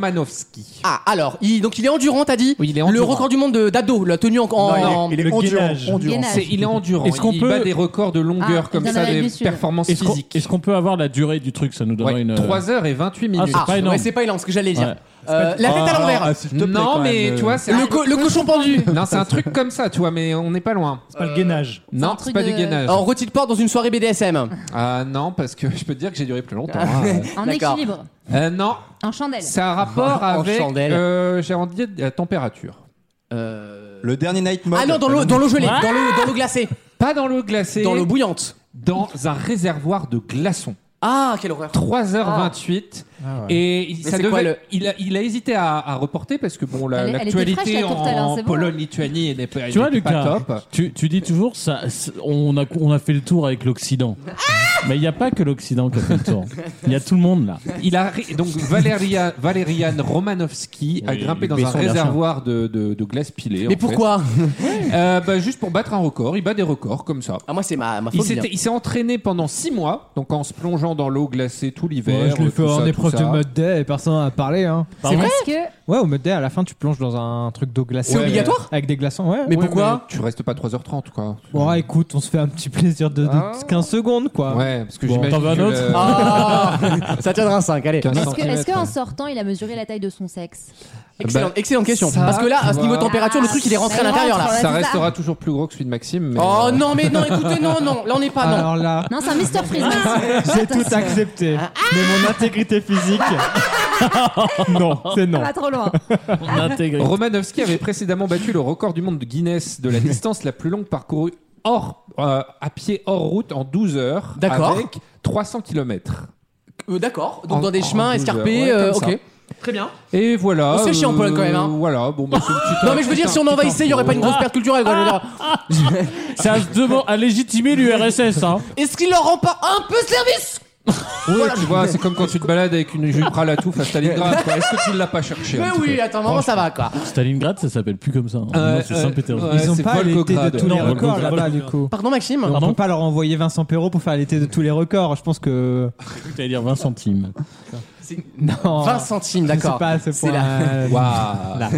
Romanovski
Ah, alors, il, donc il est endurant, t'as dit
Oui, il est endurant.
Le record du monde de- d'ado, la tenue en. en-
Non, il est, il est
le
endurant,
gainage.
endurant.
Gainage.
C'est- il est endurant.
Est-ce qu'on
il
peut-
bat des records de longueur
Ah,
comme
dans
ça,
la
des
Lituanie.
performances
Est-ce qu'on
physiques.
est-ce qu'on peut avoir la durée du truc Ça nous donnera
Ouais,
une. euh,
3h et 28 minutes.
c'est pas énorme.
Ah, ouais, c'est pas énorme ce que j'allais dire.
Ouais.
Euh, la tête à l'envers.
Ah, s'il te plaît,
non,
quand
mais
même,
tu
euh,
vois, c'est
le, co- le cochon pendu.
non, c'est un truc comme ça, tu vois, mais on n'est pas loin.
C'est pas
Euh,
le gainage.
un
Non, c'est
truc
pas du
de- Oh.
gainage.
En Euh, rôti de porc dans une soirée BDSM.
Ah non, parce que je peux te dire que j'ai duré plus longtemps. hein.
En
D'accord.
équilibre,
Euh, non,
en chandelle.
c'est un rapport
Oh,
En
avec,
chandelle.
euh, j'ai envie de dire, la température.
Euh,
Le dernier night mode.
Ah non, dans l'eau dans l'eau gelée, dans l'eau dans l'eau glacée,
Pas dans l'eau glacée,
dans l'eau bouillante.
dans un réservoir de glaçons.
Ah, quelle horreur.
3h28
Ah.
et il-
Mais
ça
c'est quoi
devait-
le-
il, a, il a hésité à, à reporter parce que bon la-
Elle- elle était fraîche,
l'actualité
la tourtelle, hein,
en,
c'est bon.
Pologne Lituanie n'est pas,
Tu vois,
n'était pas
Lucas,
top
tu, tu dis toujours, ça, c'est- on, a, on a fait le tour avec l'Occident.
Ah
Mais il n'y a pas que l'Occident qui a fait le tour. Il y a tout le monde là.
il a ri- donc Valeria, Valerian Romanovski a
Oui,
grimpé dans
mais
un
son version.
réservoir de, de- de glace pilée en
Mais
fait.
pourquoi
Euh, bah, juste pour battre un record il bat des records comme ça
Ah moi c'est ma ma
il
phobie.
s'était- il s'est entraîné pendant 6 mois donc en se plongeant dans l'eau glacée tout l'hiver
Ouais, je l'ai
euh,
fait
tout
en
ça,
épreuve
tout
de
ça.
mode day et personne n'a parlé. Hein.
C'est vrai que
Ouais, au mode day, à la fin, tu plonges dans un truc d'eau glacée. euh,
C'est obligatoire
Avec des glaçons, ouais.
Mais
Ouais,
pourquoi
mais tu restes pas 3h30 quoi
Bon, ah, écoute, on se fait un petit plaisir de, de
Ah.
15 secondes, quoi.
ouais parce que
Bon,
j'imagine
t'en veux un
que
autre
le-
Ah, ça tiendra un 5, allez.
15
Est-ce que- est-ce qu'en
centimètres.
sortant, il a mesuré la taille de son sexe
Excellente, excellente question.
ça,
Parce que là, à ce
tu
niveau
vois.
température, le truc il est rentré à
Ça
l'intérieur
rentre,
là.
ouais,
ça
c'est
restera toujours plus gros que celui de Maxime. Mais
Oh
euh,
non, mais non, écoutez, non, non, là on n'est pas, Ah, non.
Alors là,
Non, c'est un Mr. Freeze.
j'ai tout accepté. Mais mon intégrité physique. non, c'est non.
Pas trop loin.
Intégré.
Romanovski avait précédemment battu le record du monde de Guinness de la distance la plus longue parcourue hors, euh, à pied hors route en 12 heures.
D'accord.
Avec 300 km.
Euh, D'accord, donc
En-
dans des
en
chemins
12
escarpés,
heures, ouais,
euh,
comme
ok.
ça.
Très bien.
Et voilà.
On se fait chier en Pologne, quand même, hein.
Voilà, bon, bah, c'est une petite-
Non mais je veux dire, si on
petite
envahissait, il n'y aurait pas une grosse perte culturelle. quoi, je veux dire.
C'est à, se demand- à légitimer l'URSS. Hein.
Est-ce qu'il leur rend pas un peu service
Oui, tu vois, c'est comme quand tu te balades avec une jupe à la touffe à Stalingrad. quoi. Est-ce que tu ne l'as pas cherché un
Mais
petit
oui,
peu
attends, maman, ça va quoi.
Stalingrad, ça s'appelle plus comme ça. hein.
Euh,
non, c'est
euh,
Saint-Pétersbourg.
ouais.
Ils ont
c'est
pas l'été de
Volgograd.
tous les
Non,
records
Volgograd.
là-bas, du coup.
Pardon Maxime
On
Pardon
peut pas leur envoyer Vincent Perrault pour faire l'été de tous les records. Je pense que.
C'est-à-dire 20 centimes.
Non.
20 centimes, d'accord.
C'est pas à ce
C'est
point.
là.
Waouh.
Euh, Là.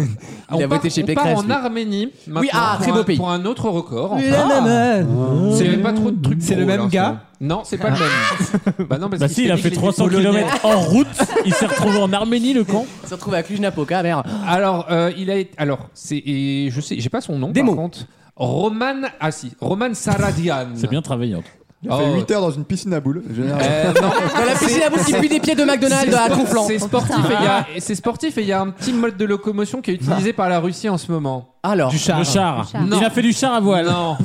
On
Il a
part-
voté chez
on part
Pécresse.
en
lui.
Arménie.
Oui,
maintenant,
ah,
pour
très beau
un-
pays.
Pour un autre record. enfin.
hein.
Ah.
C'est pas trop de trucs.
C'est le
drôles,
même
hein, ça.
gars
Non, c'est
Ah.
pas le même. Bah non, parce
Bah
qu'il
si,
s'est
il a
dit
fait
qu'il
300
était polonais.
km en route, il s'est retrouvé en Arménie, le con.
Il se retrouve à Cluj-Napoca, merde.
Alors, euh, il a été- alors c'est et je sais, j'ai pas son nom. Des par contre. Roman, ah si, Roman Saradian.
C'est bien travaillant.
Il a fait 8 heures dans une piscine à boules. général.
Euh,
Dans la piscine à bout qui pue des pieds de McDonald's à Conflans.
C'est sportif, et il y
Ah.
a- et c'est sportif et il y a un petit mode de locomotion qui est utilisé par la Russie en ce moment.
Alors,
Du char. Le char.
Non.
Il a fait du char à voile.
Non.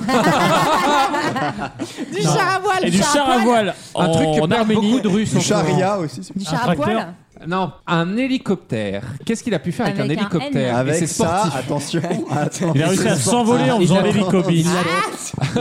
Du char à
Ah,
voile,
Et du char à voile.
Un
en-
truc qui
en
parle
Arménie.
beaucoup de Russes. en
Du
ce moment.
charia aussi. c'est-
Du char à poil
Non, un hélicoptère. Qu'est-ce qu'il a pu faire avec,
Avec
un
un
hélicoptère
N.
Et
Avec
Ah, c'est
ça,
sportif.
attention, attention.
Il a réussi à
C'est
s'envoler en
sportif.
faisant l'hélicobine.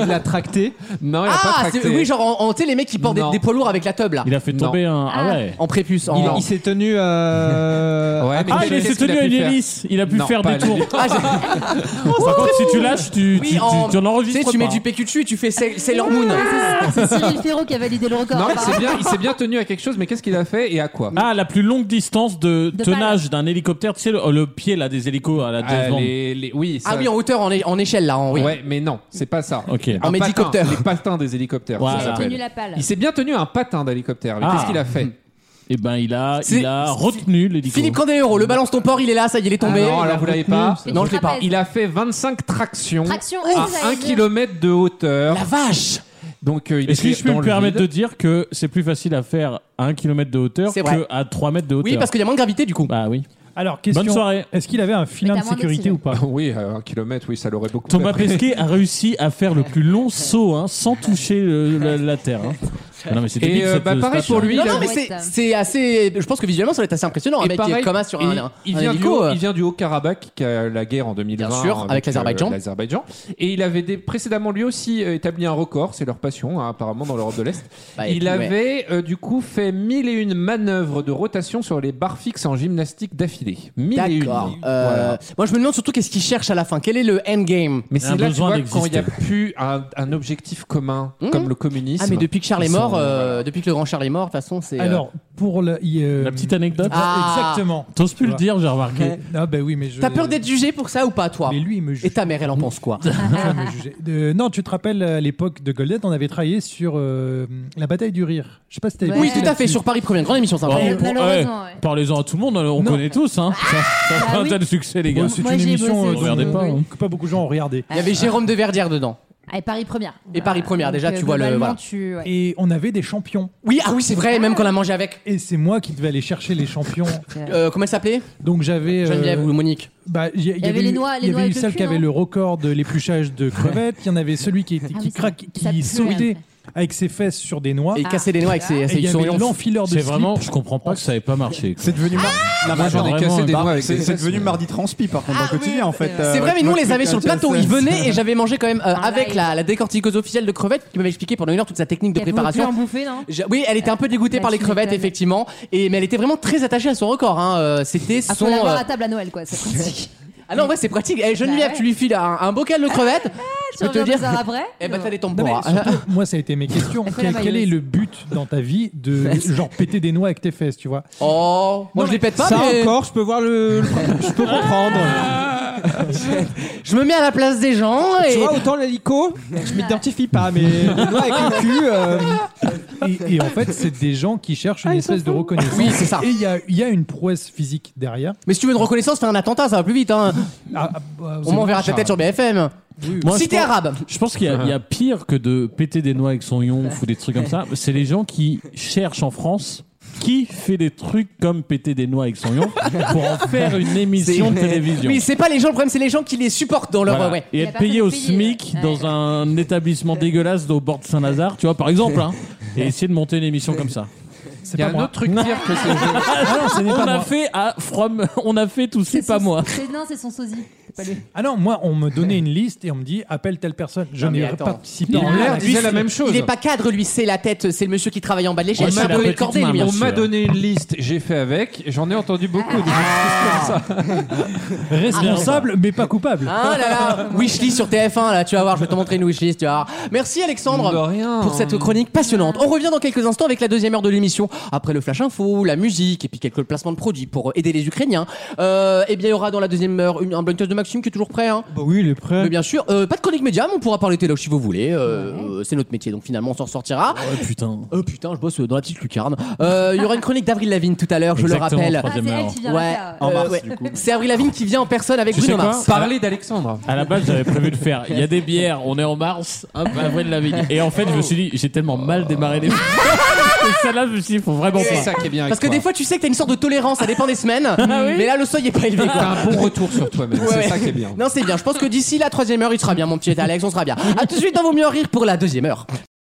Il l'a tracté.
Non, il a pas
Ah, c'est-
tracté.
oui, genre, en- en, tu sais, les mecs qui portent des,
Non.
des poids lourds avec la teub là.
Il a fait tomber un. Ah
Ah.
ouais.
En prépuce. En...
Il, il s'est tenu. euh,
Ouais, mais
Ah,
qu'est-ce
il s'est
qu'il a
tenu à
pu
une
faire
hélice. Il a pu
Non,
faire
pas
des tours.
Ah, j'ai-
Par contre, si tu lâches, tu, tu,
oui,
tu,
en-
tu en
tu sais,
enregistres.
tu mets
pas.
du PQ dessus et tu fais Sailor Moon.
Ah, C'est Cyril Ferraud qui a validé le record.
Non,
Ah, bah,
mais
apparemment.
c'est bien, il s'est bien tenu à quelque chose, mais qu'est-ce qu'il a fait et à quoi
Ah, la plus longue distance de,
De
tenage d'un hélicoptère, tu sais, le, le pied là des hélicos à la
Ah,
devant.
les- les- Oui, ça-
Ah oui, en hauteur, en, é- en échelle là, en oui.
Ouais, mais non, c'est pas ça.
Ok.
Un
En
patin,
hélicoptère.
Les patins des hélicoptères.
Voilà.
ça
Il s'est
s'appelle.
tenu la palle.
Ah, Il s'est bien tenu à un patin d'hélicoptère. mais
Ah.
Qu'est-ce qu'il a fait
Et ben, il a,
C'est-
il a retenu l'hélico.
Philippe Candelero, le balance ton port, il est là, ça y est, il est tombé.
Ah non, alors vous l'avez pas.
Mais
Non,
tu
je l'ai
te
pas.
rappelles.
Il a fait 25 tractions
Traction, oui, c'est ça,
à 1
j'allais dire.
km de hauteur.
La vache
Donc euh, il
Est-ce que
était
je peux
dans
me
le
permettre de
vide.
dire que c'est plus facile à faire à 1 km de hauteur
C'est vrai.
qu'à 3 mètres de hauteur
Oui, parce qu'il y a moins de gravité du coup.
Bah oui.
Alors, question.
Bonne soirée.
Est-ce qu'il avait un filin
Mais
de
t'as moins
sécurité
d'oxygène.
ou pas
Oui, à 1 km, oui, ça l'aurait beaucoup
Thomas
fait.
Pesquet a réussi à faire le plus long saut hein, sans toucher le- la, la terre. hein. Ah Non mais c'est
Et,
débile,
euh,
cette
bah, pareil
station.
pour lui,
non,
il
non,
a-
mais
Ouais,
c'est-
ça.
c'est assez. Je pense que visuellement, ça va être assez impressionnant. Un
Et
mec qui
pareil,
est comme ça sur un,
il-
un-
il
un
vient, du,
hélico. euh,
il vient du Haut-Karabakh, qui a la guerre en 2020
Bien sûr, avec
euh,
l'Azerbaïdjan.
l'Azerbaïdjan. Et il avait des- précédemment lui aussi euh, établi un record, c'est leur passion hein, apparemment dans l'Europe de l'Est.
Bah, et
il
puis, ouais.
avait euh, du coup fait mille et une manœuvres de rotation sur les barres fixes en gymnastique d'affilée. Mille et une.
D'accord. Euh,
Voilà.
Moi, je me demande surtout qu'est-ce qu'il cherche à la fin. Quel est le endgame
Mais
Il a
c'est
un
là tu
besoin
vois,
d'exister.
quand il n'y a plus un, un objectif commun,
Mhm.
comme le communisme.
Ah, mais depuis que Charles est
Ils sont-
mort, euh, depuis que le grand Charles est mort, de toute façon, c'est. euh,
Alors, pour le. il, euh,
La petite anecdote.
Ah.
Exactement.
T'oses plus le dire, j'ai remarqué.
Ah, bah oui, mais je.
T'as peur d'être jugé pour ça ou pas, toi
Mais lui, il me juge.
Et ta mère, elle en pense quoi
Ça me jugeait. Euh, non, tu te rappelles à l'époque de Goldette, on avait travaillé sur euh, la bataille du rire. Je sais pas si t'avais
Ouais.
Oui,
bossé
tout à fait.
là-dessus.
Sur Paris Première, grande émission, ça.
Bravo
Ouais,
pour-
malheureusement,
eh,
ouais.
Parlez-en à tout le monde,
Non.
on connaît tous. Hein. Ça, ça fait
Ah
un
oui.
tas de succès, les gars.
Ouais, c'est
Moi,
une
j'ai
émission
bossé,
euh,
oui.
dont,
Regardez
euh,
pas, hein.
que pas beaucoup de gens ont regardé.
Il y avait Jérôme de Verdière dedans.
Allez, Ah, Paris Première.
Et Paris Première, déjà,
Ah, donc, euh,
tu vois le-
globalement,
voilà.
tu- ouais.
Et on avait des champions.
Oui, ah oui, c'est vrai, même qu'on l'a mangé avec.
Et c'est moi qui devais aller chercher les champions.
Euh, comment elle s'appelait
Donc j'avais. euh,
Geneviève ou Monique
bah, il y, il y
avait
avait
les
eu-
noix-
il
les
y avait
noix
eu
avec le
celle
cul,
qui avait
non
le record de l'épluchage de crevettes. Il y en avait celui qui, était-
Ah
qui
oui, ça-
craque-
ça
qui
pue,
sautait
ouais.
avec ses fesses sur des noix.
Et
Ah.
casser des noix avec ses,
Et
ses
il y avait
souriants.
l'enfileur de
C'est
slip.
vraiment, je comprends pas que ça n'ait pas marché. quoi.
C'est devenu, mar-
Ah, moi, j'en ai
Vraiment,
cassé des
bah,
doigts avec
c'est
des
c'est
fesses.
devenu mardi transpi par contre dans le quotidien en fait.
Ah C'est vrai, mais nous on les avait sur le plateau.
euh,
Ils venaient et j'avais mangé quand même euh,
En
avec
live.
la, la décortiqueuse officielle de crevettes qui m'avait expliqué pendant une heure toute sa technique de
T'as voulu
préparation.
en bouffer, non
Je- oui, elle était un peu dégoûtée
Bah,
par les
tu
crevettes,
m'étonnes.
effectivement, et, mais elle était vraiment très attachée à son record. Hein. euh, C'était
Ah,
son.
faut l'avoir
euh,
à table à Noël, quoi. C'est pratique.
Ah non, ouais, c'est pratique. Eh, Geneviève,
ouais.
tu lui files un, un bocal de crevettes.
Tu reviens deux heures après euh,
Eh ben, t'as des
Non, mais
tambours.
surtout, moi, ça a été mes questions.
Elle fait
Quel,
la
quel est
mailleuse.
le but dans ta vie de genre péter des noix avec tes fesses, tu vois
Oh, moi
Non,
je les pète pas,
ça
mais
encore, je peux voir le. le- je peux comprendre.
je me mets à la place des gens. Et...
Tu vois, autant l'hélico, je m'identifie pas, mais les doigts avec le cul. euh,
et, et en fait, c'est des gens qui cherchent
Ah,
une espèce de reconnaissance.
Oui, c'est ça.
Et il y a, il y a une prouesse physique derrière.
Mais si tu veux une reconnaissance, fais un attentat, ça va plus vite. Hein.
Ah, ah, bah,
On m'enverra ta tête sur BFM.
Moi, je
si t'es
pense-
arabe.
Je pense qu'il y, a- il y a pire que de péter des noix avec son yonf ou des trucs comme ça. C'est les gens qui cherchent en France qui fait des trucs comme péter des noix avec son yonf pour en faire une émission de télévision.
Oui, c'est pas les gens, le problème, c'est les gens qui les supportent dans leur.
Voilà.
ouais.
Et
Il a
être
personne
payé au
payé,
SMIC
ouais.
dans un établissement dégueulasse au bord de Saint-Lazare, tu vois, par exemple, hein, et essayer de monter une émission comme ça.
C'est
Il y a
pas
un
moi.
autre truc pire
Ah,
que
Ah,
ces
on, a fait à From, on a fait tout, c'est pas moi.
C'est- Non, c'est son sosie. C'est pas lui.
Ah non, moi, on me donnait une liste et on me dit appelle telle personne. Je
Non, mais
n'ai
attends.
participé.
Il
en
a-
l'air,
lui,
disait la
c'est-
même chose.
Il est pas cadre, lui, c'est la tête. C'est le monsieur qui travaille en bas de l'échelle.
On
C'est
m'a
un peu
donné-
le cordé, lui.
on m'a donné une liste, j'ai fait avec, et j'en ai entendu beaucoup
Ah.
de choses comme ça.
Responsable, mais pas coupable.
Ah là là, wishlist sur TF1 là, tu vas voir, je vais te montrer une wishlist, tu vas voir. Merci Alexandre pour cette chronique passionnante. On revient dans quelques instants avec la deuxième heure de l'émission, après le flash info, la musique et puis quelques placements de produits pour aider les Ukrainiens. Euh, eh bien, il y aura dans la deuxième heure une- un blind test de Maxime qui est toujours prêt. Hein.
Bah oui, il est prêt.
Mais bien sûr, euh, pas de chronique média, mais on pourra parler téloche si vous voulez. Euh, euh, C'est notre métier, donc finalement on s'en sortira.
putain.
Euh, putain, je bosse euh, dans la petite lucarne. Euh, Il y aura une chronique d'Avril Lavigne tout à l'heure, je le
Exactement,
rappelle.
troisième Ah, c'est elle heure. qui vient la
ouais.
faire. En mars,
Euh, ouais.
du coup.
C'est Avril Lavigne qui vient en personne avec
Tu sais
Bruno
quoi
Mars.
Parler
d'Alexandre.
À la base, j'avais prévu de faire. Il y a des bières, on est en mars, hop, avril la vigne. Et en fait, je me suis dit, j'ai tellement mal démarré les. Et celle-là, je me suis dit, faut vraiment pas.
C'est ça qui est bien avec
Parce que
toi.
des fois, tu sais que t'as une sorte de tolérance, ça dépend des semaines.
Ah
oui
Mais là, le seuil est pas élevé. quoi.
T'as un bon retour sur toi-même,
Ouais,
c'est
ouais.
ça qui est bien.
Non, c'est bien. Je pense que d'ici la troisième heure, il sera bien, mon petit Alex. On sera bien. À tout de suite dans Vos Mieux en Rire pour la deuxième heure.